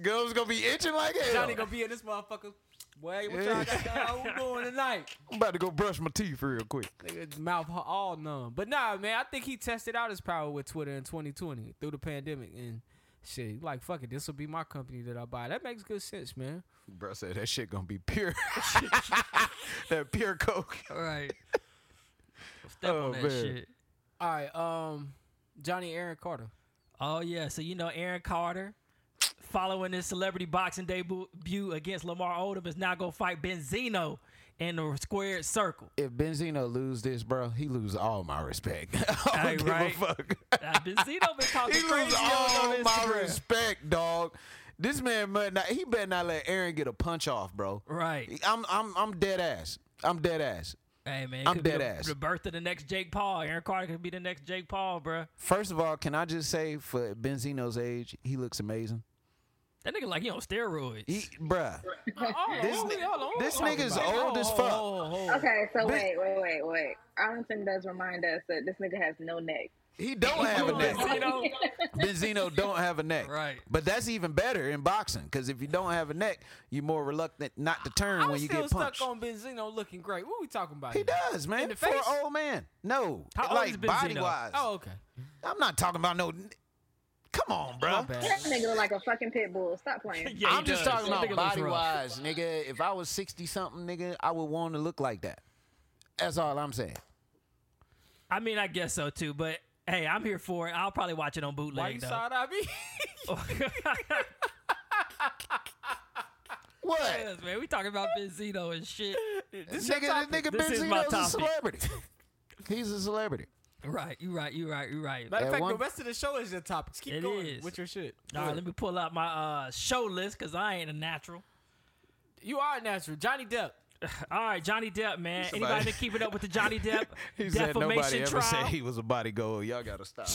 Girls gonna be itching like hell. Johnny gonna be in this motherfucker. Boy, what y'all got y'all doing tonight? I'm about to go brush my teeth real quick. Nigga's mouth ho- all numb. But nah, man, I think he tested out his power with Twitter in 2020 through the pandemic and shit, like fuck it, this will be my company that I buy. That makes good sense, man. Bro said that shit gonna be pure. that pure coke. All right. Step Oh, on that man. shit. All right, um, Johnny Aaron Carter. Oh yeah, so you know Aaron Carter, following his celebrity boxing debut against Lamar Odom, is now gonna fight Benzino in the squared circle. If Benzino lose this, bro, he lose all my respect. I don't Hey, give right? a fuck. Now, Benzino been talking he crazy lose on, all on my Instagram. respect, dog. This man, must not, he better not let Aaron get a punch off, bro. Right. I'm, I'm, I'm dead ass. I'm dead ass. Hey man, it I'm could be dead the, ass. The birth of the next Jake Paul. Aaron Carter could be the next Jake Paul, bruh. First of all, can I just say for Benzino's age, he looks amazing. That nigga like he on steroids. He, bruh, Oh, This hold ni- on, hold on, this hold on. nigga's Hold old on, as hold fuck. on, hold on, hold Oh. on. Okay, so Bitch. wait, wait, wait, wait. Arlington does remind us that this nigga has no neck. he don't have a on, neck. Benzino. Benzino don't have a neck. Right. But that's even better in boxing because if you don't have a neck, you're more reluctant not to turn I'm when you still get punched. stuck on Benzino looking great. What we talking about? he here? does, man. the For an face? old man. No. How old like is Benzino? body wise. Oh, okay. I'm not talking about no. Come on, bro. My bad. That nigga look like a fucking pit bull. Stop playing. Yeah, he I'm just does. talking That about nigga looks body rough. wise, nigga. If I was 60 something, nigga, I would want to look like that. That's all I'm saying. I mean, I guess so too. But hey, I'm here for it. I'll probably watch it on Why bootleg you though. side eye me? What? Yes, man, we talking about Benzino and shit. This nigga, this nigga This is my Benzino's a topic. celebrity. He's a celebrity. Right, you right, you right, you right. Matter At of fact, one- the rest of the show is your topics. Keep It going is. with your shit. All right, let me pull out my uh, show list because I ain't a natural. You are natural, Johnny Depp. All right, Johnny Depp, man. Somebody- Anybody been keeping up with the Johnny Depp defamation trial? was a body gold. Y'all gotta stop.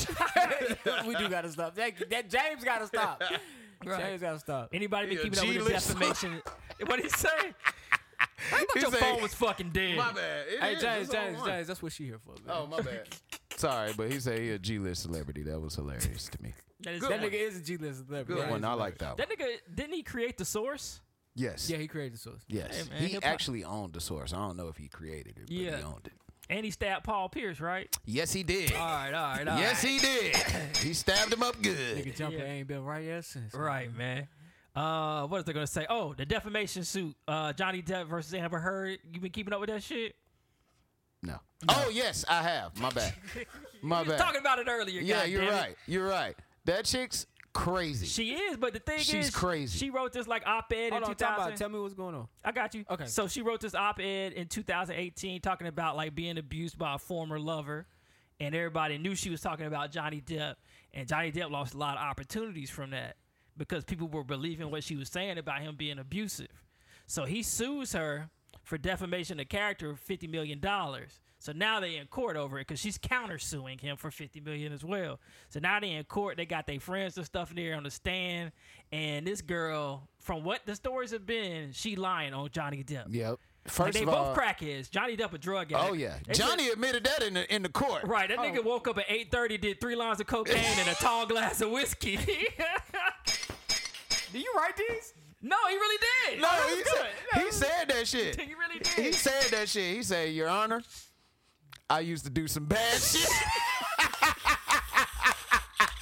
we do gotta stop. That, that James gotta stop. Right. James gotta stop. Anybody been Yeah, keeping up with the G-list. defamation? what did he say? I thought He your say- phone was fucking dead. my bad. It Hey is. James, It's all James, one. James. That's what she here for. Man. Oh my bad. Sorry, but he said he a G list celebrity. That was hilarious to me. That, is that nigga is a G list celebrity. Good That one. is I like hilarious. that one. That nigga didn't he create the source? Yes. Yeah, he created the source. Yes. Hey, man, he hip-hop- actually owned the source. I don't know if he created it, but Yeah. he owned it. And he stabbed Paul Pierce, right? Yes, he did. All right, all right, all right. yes, he did. he stabbed him up good. Nigga jumper Yeah. ain't been right yet since. Right, man. Uh, what is they gonna say? Oh, the defamation suit. Uh, Johnny Depp versus Amber Heard. You been keeping up with that shit? No. Oh yes, I have. My bad. My We was bad. talking about it earlier. yeah, God you're damn it. right. You're right. That chick's crazy. She is, but the thing is, She's crazy. She wrote this like op-ed Hold in on, talk about. it. 2000. Tell me what's going on. I got you. Okay. So she wrote this op-ed in 2018 talking about like being abused by a former lover, and everybody knew she was talking about Johnny Depp, and Johnny Depp lost a lot of opportunities from that because people were believing what she was saying about him being abusive. So he sues her for defamation of character, of fifty million dollars. So now they in court over it because she's countersuing him for fifty million as well. So now they in court. They got their friends and stuff in there on the stand, and this girl, from what the stories have been, she lying on Johnny Depp. Yep. Like, First they of all, both crackheads. Johnny Depp a drug addict. oh yeah, They said- Johnny Oh. admitted that in the in the court. Right, that nigga woke up at eight thirty, did three lines of cocaine and a tall glass of whiskey. Do you write these? no, he really did. No, That was he Oh, good. said, he said that shit. He really did. He said that shit. He said, Your Honor, I used to do some bad shit.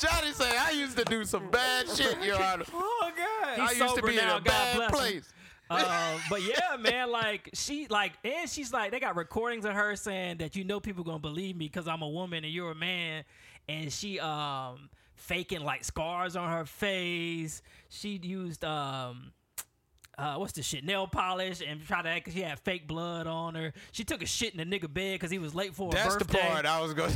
Johnny said, I used to do some bad shit, Your Honor. Oh god. I He's used to sober be now, in a God bad bless him. place. uh, but yeah, man, like she, like, and she's like, they got recordings of her saying that you know people gonna believe me because I'm a woman and you're a man, and she um faking like scars on her face. She used um. Uh, what's the shit? Nail polish and try to act 'cause she had fake blood on her. She took a shit in the nigga bed because he was late for That's a the birthday. part I was going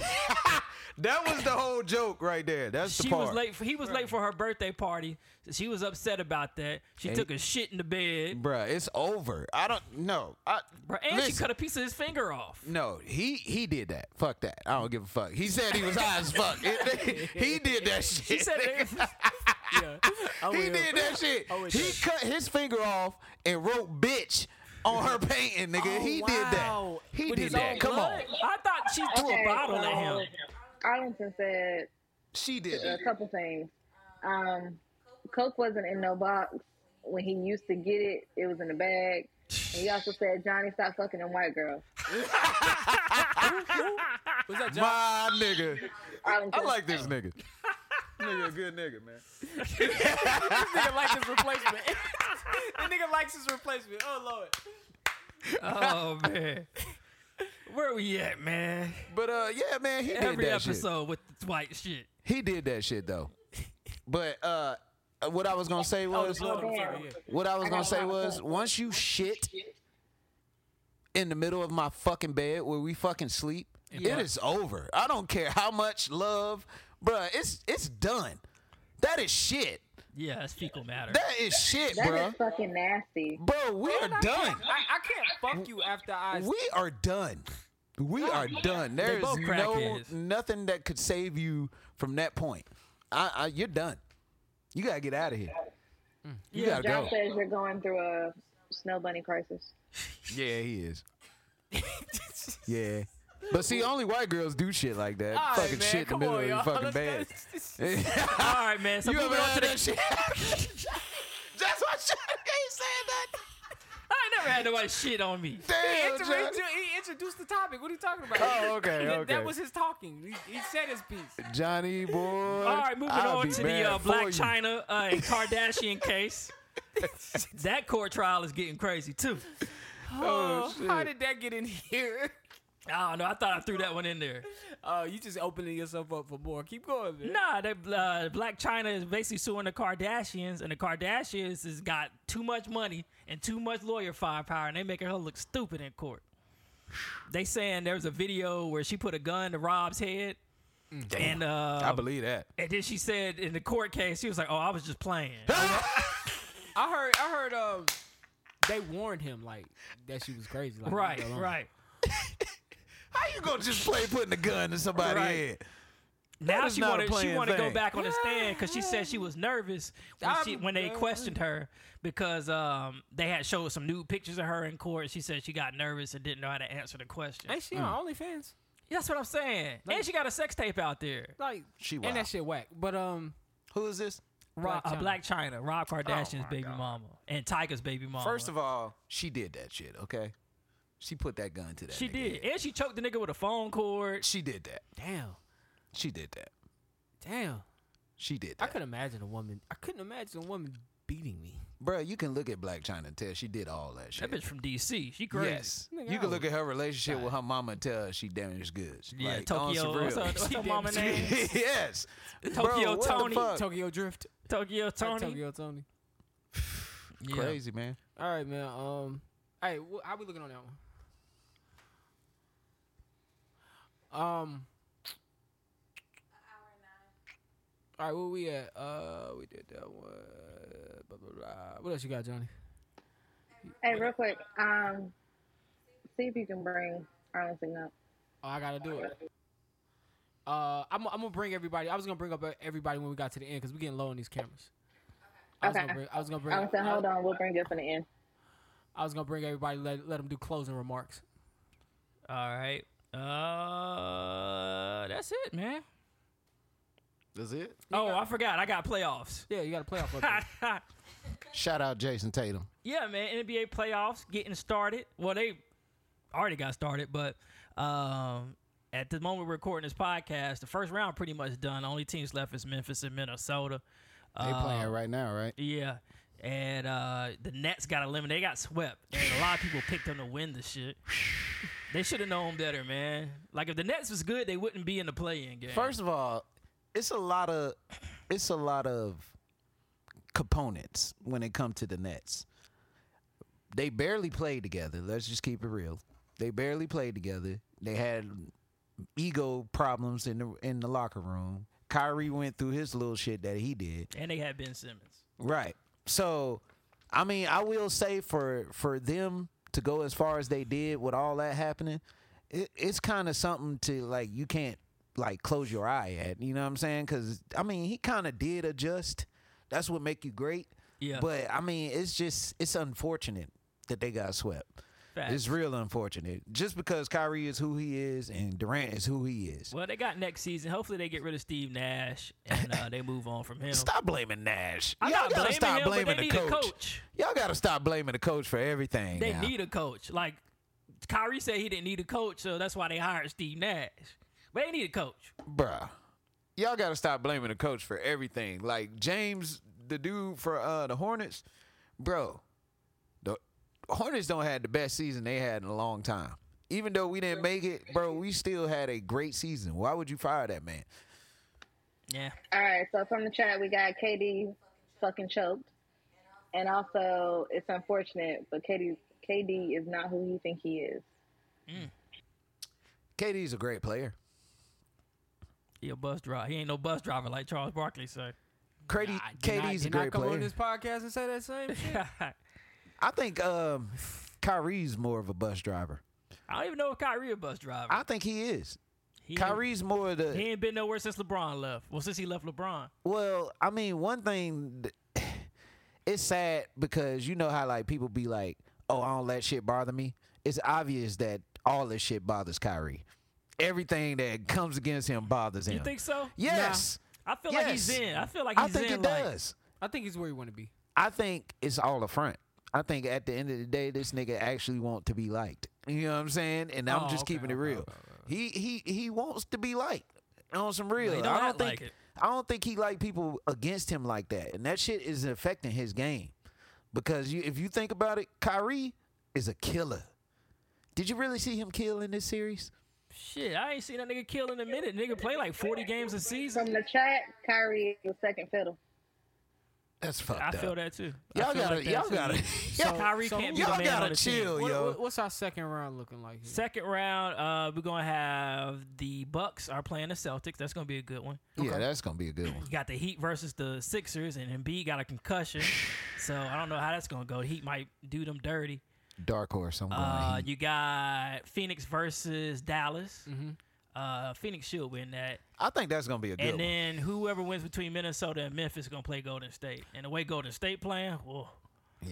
That was the whole joke right there. That's the she part. was late. For, he was late for her birthday party. She was upset about that. She took a shit in the bed, Bruh, it's over. I don't know. I Bruh, and she listen. cut a piece of his finger off. No, he he did that. Fuck that. I don't give a fuck. He said he was high as fuck. It- he did that shit. She said, I He will. did that shit. with He cut his finger off and wrote bitch on her painting, nigga. Oh, he did that. wow. He With did his that. own Come on. "What?" I thought she threw Okay, a bottle at him. so Arlington said She a did that. couple things. Um, Coke wasn't in no box. When he used to get it, it was in the bag. And he also said, Johnny, stop fucking them white girls. Was that John? My nigga. Arlington, I like this nigga. nigga a good nigga, man. this nigga likes his replacement. this nigga likes his replacement. Oh lord. Oh man. Where we at, man? But uh, yeah, man, he did Every that episode with the Dwight shit. shit. He did that shit though. But uh, what I was gonna say Oh, the was blood. I'm sorry. Yeah. what I was I gonna got say a lot of was once you shit in the middle of my fucking bed where we fucking sleep, Yeah. it is over. I don't care how much love, bruh. It's it's done. That is shit. Yeah, that's fecal matter. That is shit, That is bruh. fucking nasty. Bro, we Oh, are done. I, I can't fuck you after I. We are done. We are done. There is both no crackheads. nothing that could save you from that point. I, I you're done. You gotta get out of here. You gotta John go. says you're going through a snow bunny crisis. Yeah, he is. yeah. But see, only white girls do shit like that. All right, fucking man, shit in the come middle on, of your y'all. fucking Let's- bed. let's- you All right, man. So ever moving on to had the. that shit? That's why shit ain't saying that. I never had nobody shit on me. He, Damn, intro- John. intro- he introduced the topic. What are you talking about? Oh, okay, That- okay. That was his talking. He, he said his piece. Johnny boy. All right, moving I'll on be to mad the uh, for Black you. China uh, and Kardashian case. that court trial is getting crazy too. Oh, how shit. did that get in here? I don't know. I thought I threw that one in there. Oh, you just opening yourself up for more. Keep going, man. Nah, they, uh, Black China is basically suing the Kardashians, and the Kardashians has got too much money and too much lawyer firepower, and they making her look stupid in court. They saying there was a video where she put a gun to Rob's head, and uh, I believe that. and then she said in the court case she was like, "Oh, I was just playing." I heard. I heard. Um, they warned him like that she was crazy. Like, right, leave her alone. right. How you gonna just play putting a gun in somebody's Right. head? Now is she not a wanted she playing wanted to go thing. back on the stand because she said she was nervous when, she, I'm- when they questioned her because um, they had showed some nude pictures of her in court. She said she got nervous and didn't know how to answer the question. Ain't she on Mm. OnlyFans? That's what I'm saying. and she got a sex tape out there. Like, She and wild. that shit whack. But um, Who is this? Blac Rob, Black, Chyna. uh, Blac China, Rob Kardashian's baby mama, and Tiger's baby mama. First of all, she did that shit. Okay, she put that gun to that. she nigga did, head. and she choked the nigga with a phone cord. She did that. damn, She did that. damn. She did I that. could imagine a woman. I couldn't imagine a woman beating me. Bruh, you can look at Black China and tell she did all that shit. That bitch from DC. She crazy. Yes, Nigga, you I can look would at her relationship with her mama and tell her she damaged goods. Yeah, Like, on Tokyo. some What's her, real. what's her She mama did. name? yes, Tokyo what the Tony. fuck? Tokyo Drift. Tokyo Tony. Like Tokyo Tony. Yeah. Crazy man. All right, man. Um, hey, wh- how we looking on that one? Um. All right, where we at? Uh, we did that one. Blah blah blah. What else you got, Johnny? Hey, real quick, um, see if you can bring Arlington up. Oh, I gotta do it. Uh, I'm, I'm gonna bring everybody. I was gonna bring up everybody when we got to the end because we getting low on these cameras. I was gonna Okay. bring. I was gonna bring. Arlington, hold on, we'll bring you up in the end. I was gonna bring everybody. Let let them do closing remarks. All right. Uh, that's it, man. That's it. Oh, I forgot. I got playoffs. Yeah, you got to playoff. update. Shout out Jason Tatum. yeah, man. NBA playoffs getting started. Well, they already got started, but um, at the moment we're recording this podcast, the first round pretty much done. The only teams left is Memphis and Minnesota. They Uh, playing right now, right? Yeah. And uh, the Nets got eliminated. They got swept. And a lot of people picked them to win the shit. They should have known better, man. Like, if the Nets was good, they wouldn't be in the play-in game. First of all, it's a lot of it's a lot of components when it comes to the Nets. They barely played together. Let's just keep it real. They barely played together. They had ego problems in the in the locker room. Kyrie went through his little shit that he did. and they had Ben Simmons. Right. So, I mean, I will say for for them to go as far as they did with all that happening, it, it's kind of something to like you can't like close your eye at. You know what I'm saying? Because I mean, he kind of did adjust. That's what make you great. Yeah. But I mean, it's just it's unfortunate that they got swept. Facts. It's real unfortunate. Just because Kyrie is who he is and Durant is who he is. Well, they got next season. Hopefully, they get rid of Steve Nash and uh, they move on from him. Stop blaming Nash. I'm Y'all not gotta blaming stop him, but blaming they the need a coach. coach. Y'all gotta stop blaming the coach for everything. They now. need a coach. Like Kyrie said, he didn't need a coach, so that's why they hired Steve Nash. But they need a coach. Bruh. y'all gotta stop blaming the coach for everything. Like James, the dude for uh the Hornets, bro, the Hornets don't had the best season they had in a long time. Even though we didn't make it, bro, we still had a great season. Why would you fire that man? Yeah. All right, so from the chat, we got KD fucking choked. And also, it's unfortunate, but KD, KD is not who you think he is. KD's a great player. He a bus driver. He ain't no bus driver like Charles Barkley, sir. Cady, I did not- KD's a did not great come player. on this podcast and say that same shit. I I think um, Kyrie's more of a bus driver. don't even know if Kyrie a bus driver. I think he is. he ain't- Kyrie's more of the He ain't been nowhere since LeBron left. Well, since he left LeBron. Well, I mean, one thing th- it's sad because you know how like people be like, "Oh, I don't let shit bother me." It's obvious that all this shit bothers Kyrie. Everything that comes against him bothers him. You think so? Yes. I feel like he's Yes. in. I feel like I he's think in. it like, does. I think he's where you want to be. I think it's all a front. I think at the end of the day, this nigga actually want to be liked. You know what I'm saying? And I'm Oh, just okay, keeping it okay, real. okay, He he he wants to be liked on some real. don't I don't act think like it. I don't think he like people against him like that, and that shit is affecting his game. Because you, if you think about it, Kyrie is a killer. Did you really see him kill in this series? Shit, I ain't seen that nigga kill in a minute. Nigga play like 40 games a season. From the chat, Kyrie is the second fiddle. That's fucked I up. feel that too. I Y'all feel gotta, like that y'all too. gotta, So Kyrie so can't be the y'all man on gotta the team. chill, What- Oh, yo. what- what's our second round looking like? Here? Second round, uh, we're gonna have the Bucks are playing the Celtics. That's gonna be a good one. Yeah, that's gonna be a good one. You got the Heat versus the Sixers, and Embiid got a concussion, so I don't know how that's gonna go. The Heat might do them dirty. Dark horse. I'm going. Uh, Heat. you got Phoenix versus Dallas. Uh, Phoenix should win that, I think that's gonna be a Mm-hmm. good and one. then whoever wins between Minnesota and Memphis is gonna play Golden State. And the way Golden State playing, whoa.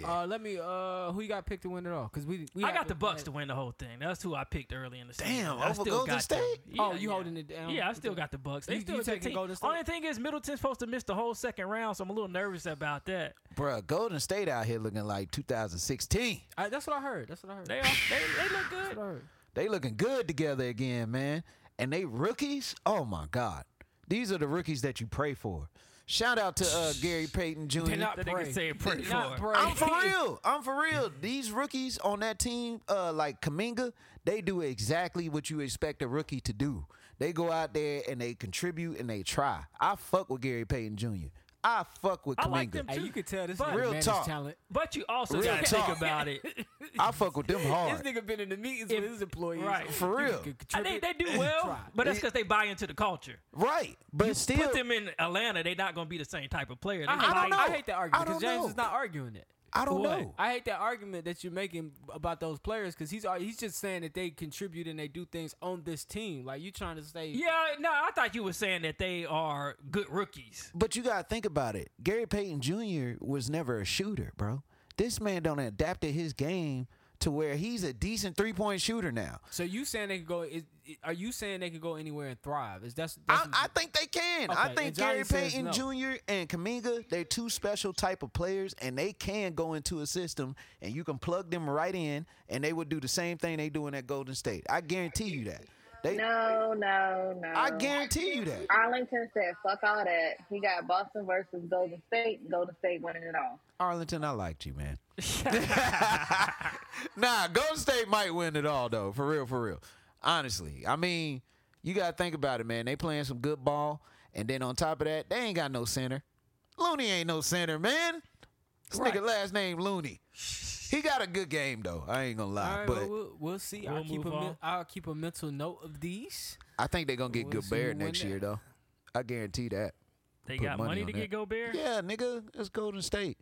Uh, let me. Uh, who you got picked to win it all? Because we, we I have got the to- Bucks to win the whole thing. That's who I picked early in the season. Damn, I over Golden got them. State? Yeah, Oh, you yeah. holding it down? Yeah, I still got the Bucks. They You- still you a good taking team. Golden State? Only thing is Middleton's supposed to miss the whole second round, so I'm a little nervous about that. Bruh, Golden State out here looking like 2016. I, that's what I heard. That's what I heard. They are, That's they, they look good. what I heard. They looking good together again, man. And they rookies, oh my God. These are the rookies that you pray for. Shout out to uh, Gary Payton Jr. They're not That pray. nigga said pray They for. not it. pray. I'm for real. I'm for real. These rookies on that team, uh, like Kaminga, they do exactly what you expect a rookie to do. They go out there and they contribute and they try. I fuck with Gary Payton Jr. I fuck with Kaminga. I like them Hey, too. you could tell this But- nigga Real managed talk. talent. But you also Real got to think talk. about it. I fuck with them hard. This nigga been in the meetings If- with his employees. right. for real. Could I think contribute. they do well, Try. but that's because they buy into the culture. Right. But still Put them in Atlanta, they're not going to be the same type of player. They I, hate- might- don't know. I hate that argument I don't because James know. is not arguing it. I don't What? know. I hate that argument that you're making about those players because he's al- he's just saying that they contribute and they do things on this team. Like you trying to say, Yeah, no, I thought you were saying that they are good rookies. But you gotta think about it. Gary Payton Jr. was never a shooter, bro. This man don't adapted his game to where he's a decent three point shooter now. So you saying they can go? Is, are you saying they can go anywhere and thrive? Is that's, I, that's I think they can. I Okay, think and Johnny Gary says Payton no. Jr. and Kaminga, they're two special type of players, and they can go into a system, and you can plug them right in, and they would do the same thing they doing at Golden State. I guarantee you that. They, No, no, no. I guarantee you that. Arlington said, fuck all that. He got Boston versus Golden State. Golden State winning it all. Arlington, I liked you, man. nah, Golden State might win it all though, for real, for real. Honestly, I mean, you gotta think about it, man. They playing some good ball, and then on top of that, they ain't got no center. Looney ain't no center, man. This Right. nigga last name Looney. He got a good game though. I ain't gonna all lie, right, but well, we'll, we'll see. I'll We'll keep a move men- on. I'll keep a mental note of these. I think they're gonna get We'll good see Bear who win next year that. though. I guarantee that. They Put got money money, on to that. get Gobert. Yeah, nigga, it's Golden State.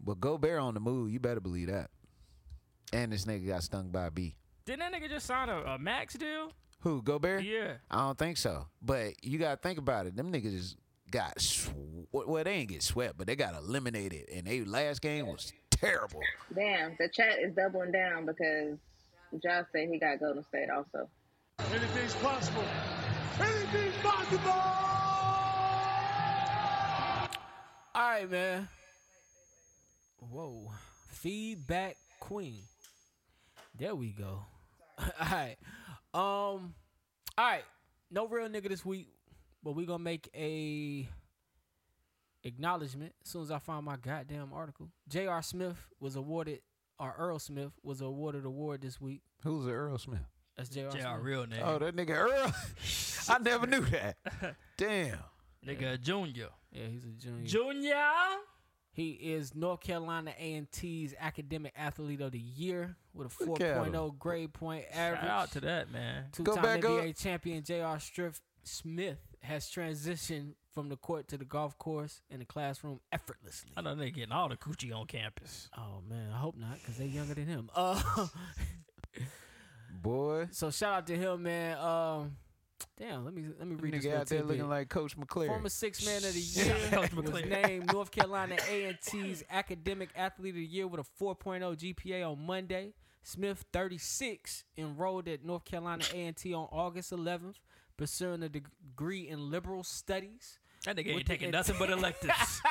But Gobert on the move, you better believe that. And this nigga got stung by a bee. Didn't that nigga just sign a, a max deal? Who Gobert? Yeah. I don't think so. But you gotta think about it. Them niggas just got sw- well, they ain't get swept, but they got eliminated, and they last game was terrible. Damn, the chat is doubling down because Josh said he got Golden State also. Anything's possible. Anything's possible. All right, man. Whoa. Feedback queen. There we go. all right. Um all right. No real nigga this week. But we gonna make a acknowledgement as soon as I find my goddamn article. J.R. Smith was awarded, or Earl Smith was awarded award this week. Who's the Earl Smith? That's J.R. J.R. Smith. real name. Oh, that nigga Earl. I never knew that. Damn. Nigga, Junior. Yeah, he's a junior. Junior. He is North Carolina A&T's Academic Athlete of the Year with a Look at him. 4.0 grade point average. Shout out to that man. Two-time back up. NBA champion J.R. Striff Smith has transitioned from the court to the golf course and the classroom effortlessly. I know they getting all the coochie on campus. Oh man, I hope not because they're younger than him. Uh, Boy. so shout out to him, man. Um, damn, let me let me read this Nigga little out there tidbit. looking like Coach McClary. Former six man of the Coach year was McClure. named North Carolina A&T's Academic Athlete of the Year with a 4.0 GPA on Monday. Smith, 36, enrolled at North Carolina A&T on August 11th, pursuing a degree in liberal studies. That nigga With ain't the taking int- nothing but electives.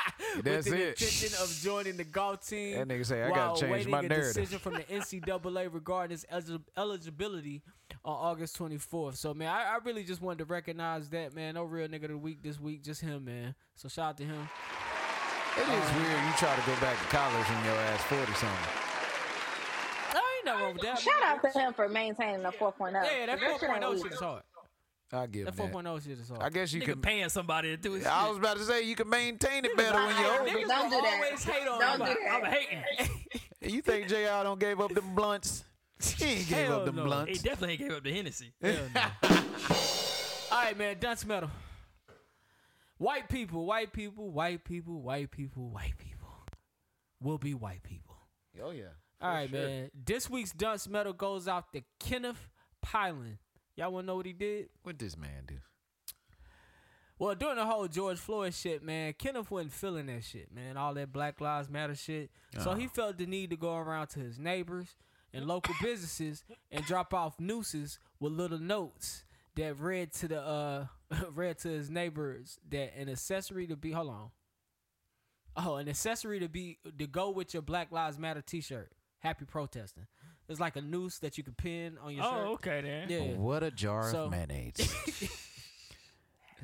That's with the it. intention of joining the golf team. That nigga say, "I gotta while change awaiting my a narrative." decision from the NCAA regarding his eligi- eligibility on August 24th. So man, I, I really just wanted to recognize that man. No real nigga of the week this week, just him, man. So shout out to him. It is weird you try to go back to college when your ass 40 something. No, ain't nothing wrong with that. Shout out to him for maintaining the oh. 4.0. Yeah, that shit ain't 4.0 weak. shit is hard. I give That him that. 4.0 shit is hard. I guess you nigga can. paying somebody to do his shit. I was about to say you can maintain it better when you're older. Niggas Don't do that. always hate on Don't him. do that. I'm hating. You think Jr. don't gave up them blunts? He ain't gave Hell up them no. He blunts. definitely ain't gave up the Hennessy. All right, man. Dunce metal. White people, white people, white people, white people, white people will be white people. Oh yeah. All right, man. This week's dunce medal goes out to Kenneth Pylan. Y'all want to know what he did? What this man do? Well, during the whole George Floyd shit, man, Kenneth wasn't feeling that shit, man. All that Black Lives Matter shit. So he felt the need to go around to his neighbors and local businesses and drop off nooses with little notes that read to the uh read to his neighbors that an accessory to be hold on. Oh, an accessory to be to go with your Black Lives Matter T-shirt. Happy protesting. It's like a noose that you can pin on your Oh, shirt. okay then. Yeah. What a jar So- of mayonnaise.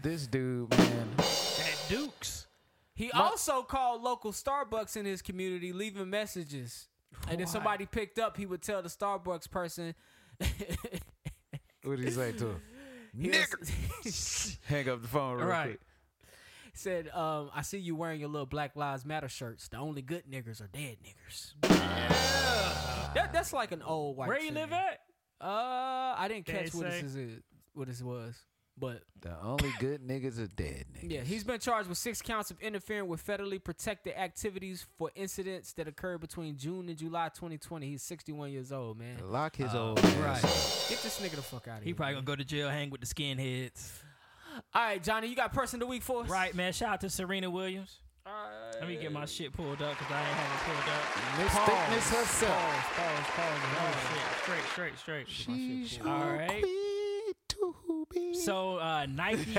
this dude, man. At Duke's. He also called local Starbucks in his community, leaving messages. And if somebody picked up, he would tell the Starbucks person. What did he say to him? he Nigger. was- Hang up the phone real Right. quick. said, um, "I see you wearing your little Black Lives Matter shirts. The only good niggers are dead niggers." That, that's like an old white. Where you saying. live at? Uh, I didn't catch They what say- this is. What this was, but The only good niggas are dead niggas. Yeah, he's been charged with six counts of interfering with federally protected activities for incidents that occurred between June and July 2020. He's 61 years old, man. Lock his old ass. Uh, right. up. Get this nigga the fuck out of here. Oh. He probably man. gonna go to jail, hang with the skinheads. All right, Johnny, you got person of the week for us? Right, man. Shout out to Serena Williams. Let me get my shit pulled up because I ain't have Miss Thickness Pause, herself. pause, pause. it pulled up. Shit, straight, straight, straight. She's All right. to be. So uh, Nike,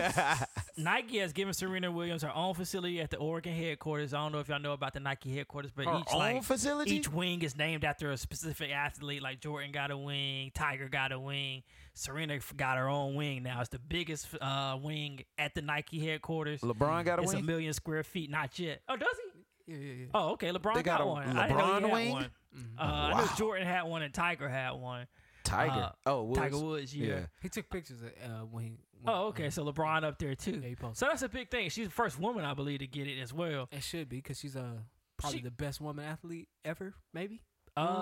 Nike has given Serena Williams her own facility at the Oregon headquarters. I don't know if y'all know about the Nike headquarters, but Her each own like facility? each wing is named after a specific athlete. Like Jordan got a wing, Tiger got a wing, Serena f- got her own wing. Now it's the biggest uh, wing at the Nike headquarters. LeBron got a it's a win. million square feet. Not yet. Oh, does he? Yeah, yeah, yeah. Oh, okay. LeBron They got a one. I didn't know LeBron he had wing? one. Uh, I know Wow. Jordan had one and Tiger had one. Tiger. Uh, oh, Woods. Tiger Woods, yeah. He took pictures of, uh, when he. when- Oh, okay. So LeBron up there too. Yeah, he posted. so that's a big thing. She's the first woman, I believe, to get it as well. It should be because she's uh, probably She- the best woman athlete ever, maybe.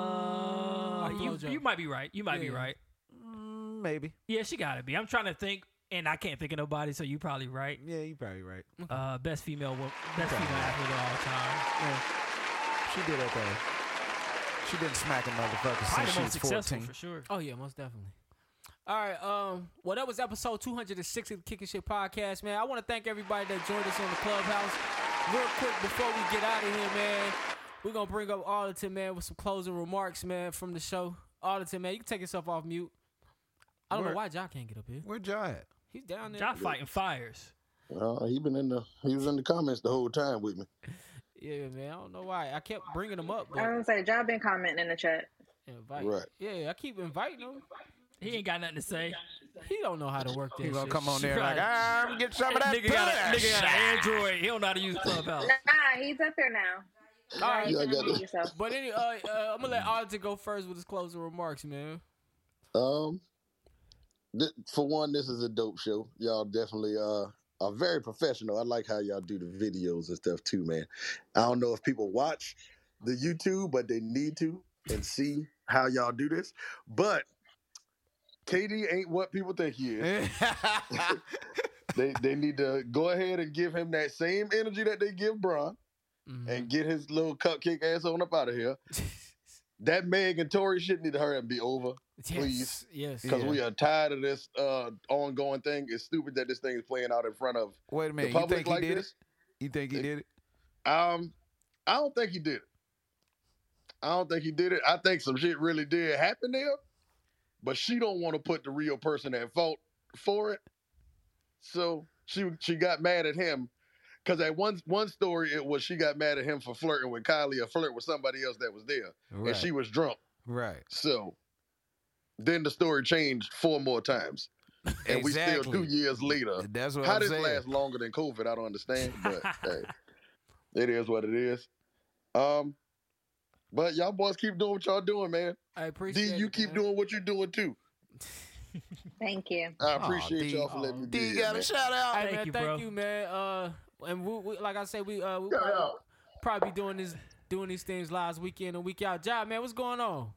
Uh, you, Flojo. you might be right. You might be Yeah. right. Mm, maybe. Yeah, she gotta be. I'm trying to think, and I can't think of nobody. So you probably right. Yeah, you probably right. Uh, best female, wo- best female athlete of all time. She did okay. She been smacking motherfuckers Probably since the she most was successful 14. for sure. Oh yeah, most definitely. All right, um, well that was episode 206 of the Kicking Shit Podcast, man. I want to thank everybody that joined us on the clubhouse. Real quick before we get out of here, man, we're gonna bring up Arlington, man, with some closing remarks, man, from the show. Arlington, man, you can take yourself off mute. I don't know Where- why Ja can't get up here. Where y'all at? He's down there. Job fighting fires. Uh, he been in the he was in the comments the whole time with me. Yeah, man. I don't know why. I kept bringing him up, I but was gonna say, y'all been commenting in the chat. invite. Right. Yeah, I keep inviting him. He ain't got nothing to say. He don't know how to work He this. gonna shit. come on there Right. like, I'm gonna get some of that nigga got, a, push." nigga got an Android. He don't know how to use Clubhouse. Nah, he's up there now. All right. You Yeah, I can got unmute it. yourself. But any, uh, uh, I'm gonna let Auditor go first with his closing remarks, man. Um, th- for one, this is a dope show. Y'all definitely uh are very professional. I like how y'all do the videos and stuff too, man. I don't know if people watch the YouTube, but they need to and see how y'all do this. But KD ain't what people think he is. They they need to go ahead and give him that same energy that they give Braun Mhm. and get his little cupcake ass on up out of here. That Meg and Tory shit need to hurry up and be over. yes, please. yes. because Yeah. we are tired of this uh, ongoing thing. It's stupid that this thing is playing out in front of Wait a the minute, you public think he like did this. it? You think he did it? Um, I don't think he did it. I don't think he did it. I think some shit really did happen there, but she don't want to put the real person at fault for it. So she she got mad at him because at one one story it was she got mad at him for flirting with Kylie or flirt with somebody else that was there, Right. and she was drunk. right. So then the story changed four more times. And we still Exactly. two years later. That's what How I'm this saying. lasts longer than COVID, I don't understand. But hey, it is what it is. Um, but y'all boys keep doing what y'all doing, man. I appreciate. D, you it, keep man. doing what you're doing too. Thank you. I Aw, appreciate D. y'all for letting me be D here, got man. a shout out. Hey, Thank man, you, thank bro. you, man. Uh, and we, we, like I said, we uh, we Yeah, probably, yeah. probably be doing this, doing these things live week in and week out. Job, man, what's going on?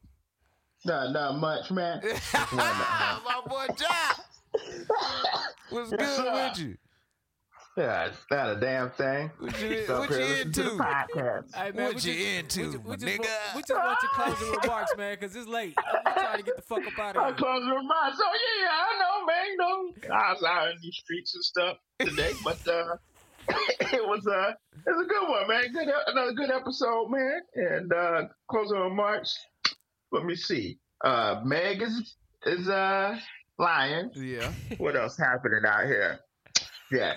Nah, not much, man. My boy Jock. What's good with you? Yeah, it's not a damn thing. What you, So, what Chris, you listen to the into? podcast. Hey, What man, we you just- we into, ju- we my just wa- nigga? we just want your closing remarks, man, because it's late. I'm trying to get the fuck up out I of here. close with mine. So yeah, I know, man. You know, I was out in these streets and stuff today, but uh, it was uh, it was a good one, man. Good, ep- another good episode, man. And uh, closing remarks. Let me see. Uh, Meg is is uh lying. Yeah. What else happening out here? Yeah,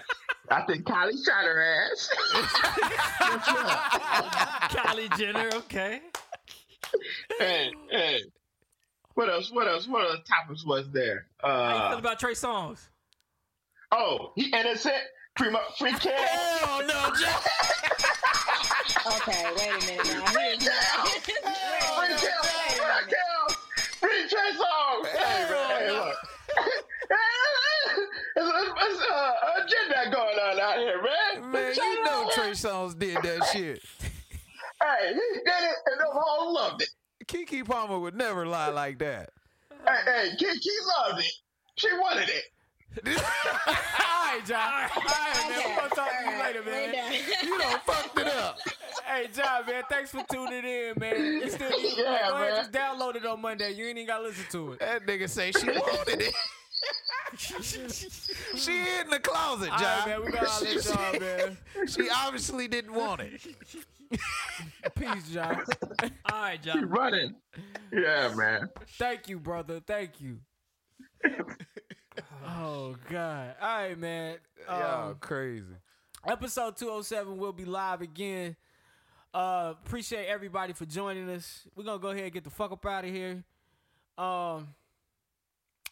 I think Kylie shot her ass. Kylie Jenner, okay. hey, hey. What else? What else? What other topics was there? How you feel Uh, about Trey Songz? oh, he innocent. Free, mo- free cash. Hell no, Jock. Okay, wait a minute now. He is not- Free Wait a cash. minute. Free cash. Free cash song. Hey, man. Hey, look. It's, it's, it's uh, agenda going on out here, man. Man, Check you it know out. Trey Songz did that shit. Hey, he did it, and the whole loved it. Kiki Palmer would never lie like that. Hey, hey, Kiki loved it. She wanted it. All right, Job. All right, man. Okay, We're going to talk to you alright, later, man. we're done. You done fucked it up. Hey, John, man, thanks for tuning in, man. It's still, Yeah, go ahead, man. just download it on Monday. You ain't even got to listen to it. That nigga say she wanted it. she in the closet, All right, Jock. man, we got all this, John, man. She obviously didn't want it. Peace, John. All right, John. Running. Yeah, man. Thank you, brother. Thank you. Oh, God. All right, man. Y'all Um, crazy. episode 207 will be live again. Uh, appreciate everybody for joining us. We're gonna go ahead and get the fuck up out of here. Um,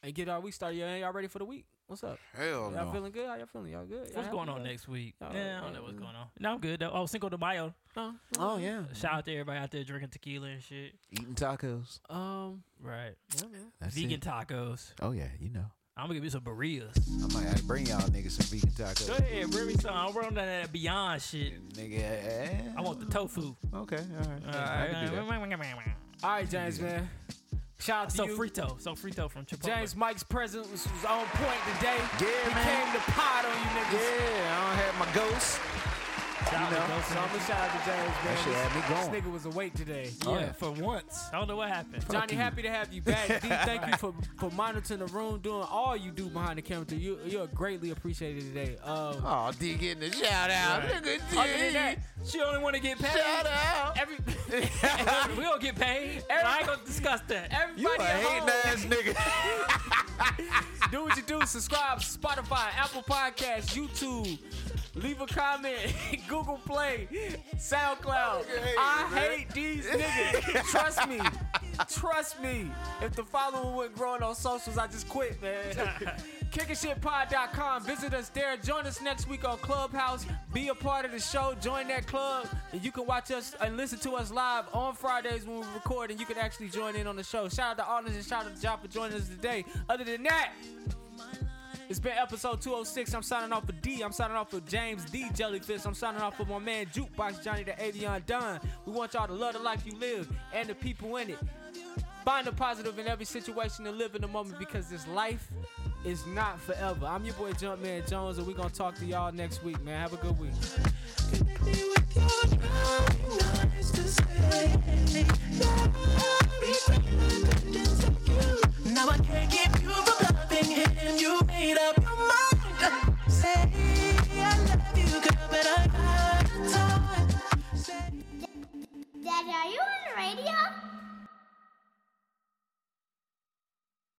and get our week started. Y'all, y'all ready for the week? What's up? Hell y'all Oh, no. feeling good? How y'all feeling? Y'all good? What's Y'all going happy? on next week? Oh, Yeah, I don't know what's going on. No, I'm good though. Oh, Cinco de Mayo. No. Oh yeah. Shout out to everybody out there drinking tequila and shit. Eating tacos. Um, Right. yeah, man. That's Vegan it. tacos. Oh yeah, you know. I'm gonna give you some burritos. I might have to bring y'all niggas some vegan Go tacos. ahead, bring me some. I'm running that Beyond shit. Nigga, eh. I want the tofu. Okay, all right. All I can do that. right. All right, James, man. Shout out to So you. frito, so frito from Chipotle. James Mike's presence was, was on point today. Yeah, he man. came to pot on you Yeah, niggas. I don't have my ghost. Shout you out to know, Gopher. So I'm gonna shout out to James, man. shit had me This- going. This nigga was awake today. Yeah, for once. I don't know what happened. Johnny, happy to have you back. D, thank you for, for monitoring the room, doing all you do behind the camera. You, you're greatly appreciated today. Um, Oh, D getting the shout out. Look Right. Oh, at Other D. than that, she only want to get paid. Oh, Shout out. every, we don't get paid. And I ain't gonna discuss that. You a everybody at hating home, ass nigga. do what you do. Subscribe, Spotify, Apple Podcasts, YouTube. Leave a comment, Google Play, SoundCloud. I hate these niggas. Trust me, Trust me, if the following wasn't growing on socials, I just quit, man. KickingShitPod.com. Visit us there. Join us next week on Clubhouse. Be a part of the show. Join that club. And you can watch us and listen to us live on Fridays when we record, and you can actually join in on the show. Shout out to Arnold and shout out to John for joining us today. Other than that, it's been episode 206. I'm signing off for D. I'm signing off for James D. Jellyfish. I'm signing off for my man Jukebox Johnny the Avion Don. We want y'all to love the life you live and the people in it. Find the positive in every situation and live in the moment because this life is not forever. I'm your boy Jumpman Jones, and we're going to talk to y'all next week, man. Have a good week. Connect me with your drowning eyes to say, yeah, between independence and you. Now I can't keep you from loving him. You made up your mind. Say I love you, girl, but I got time. Say- Dad, are you on the radio?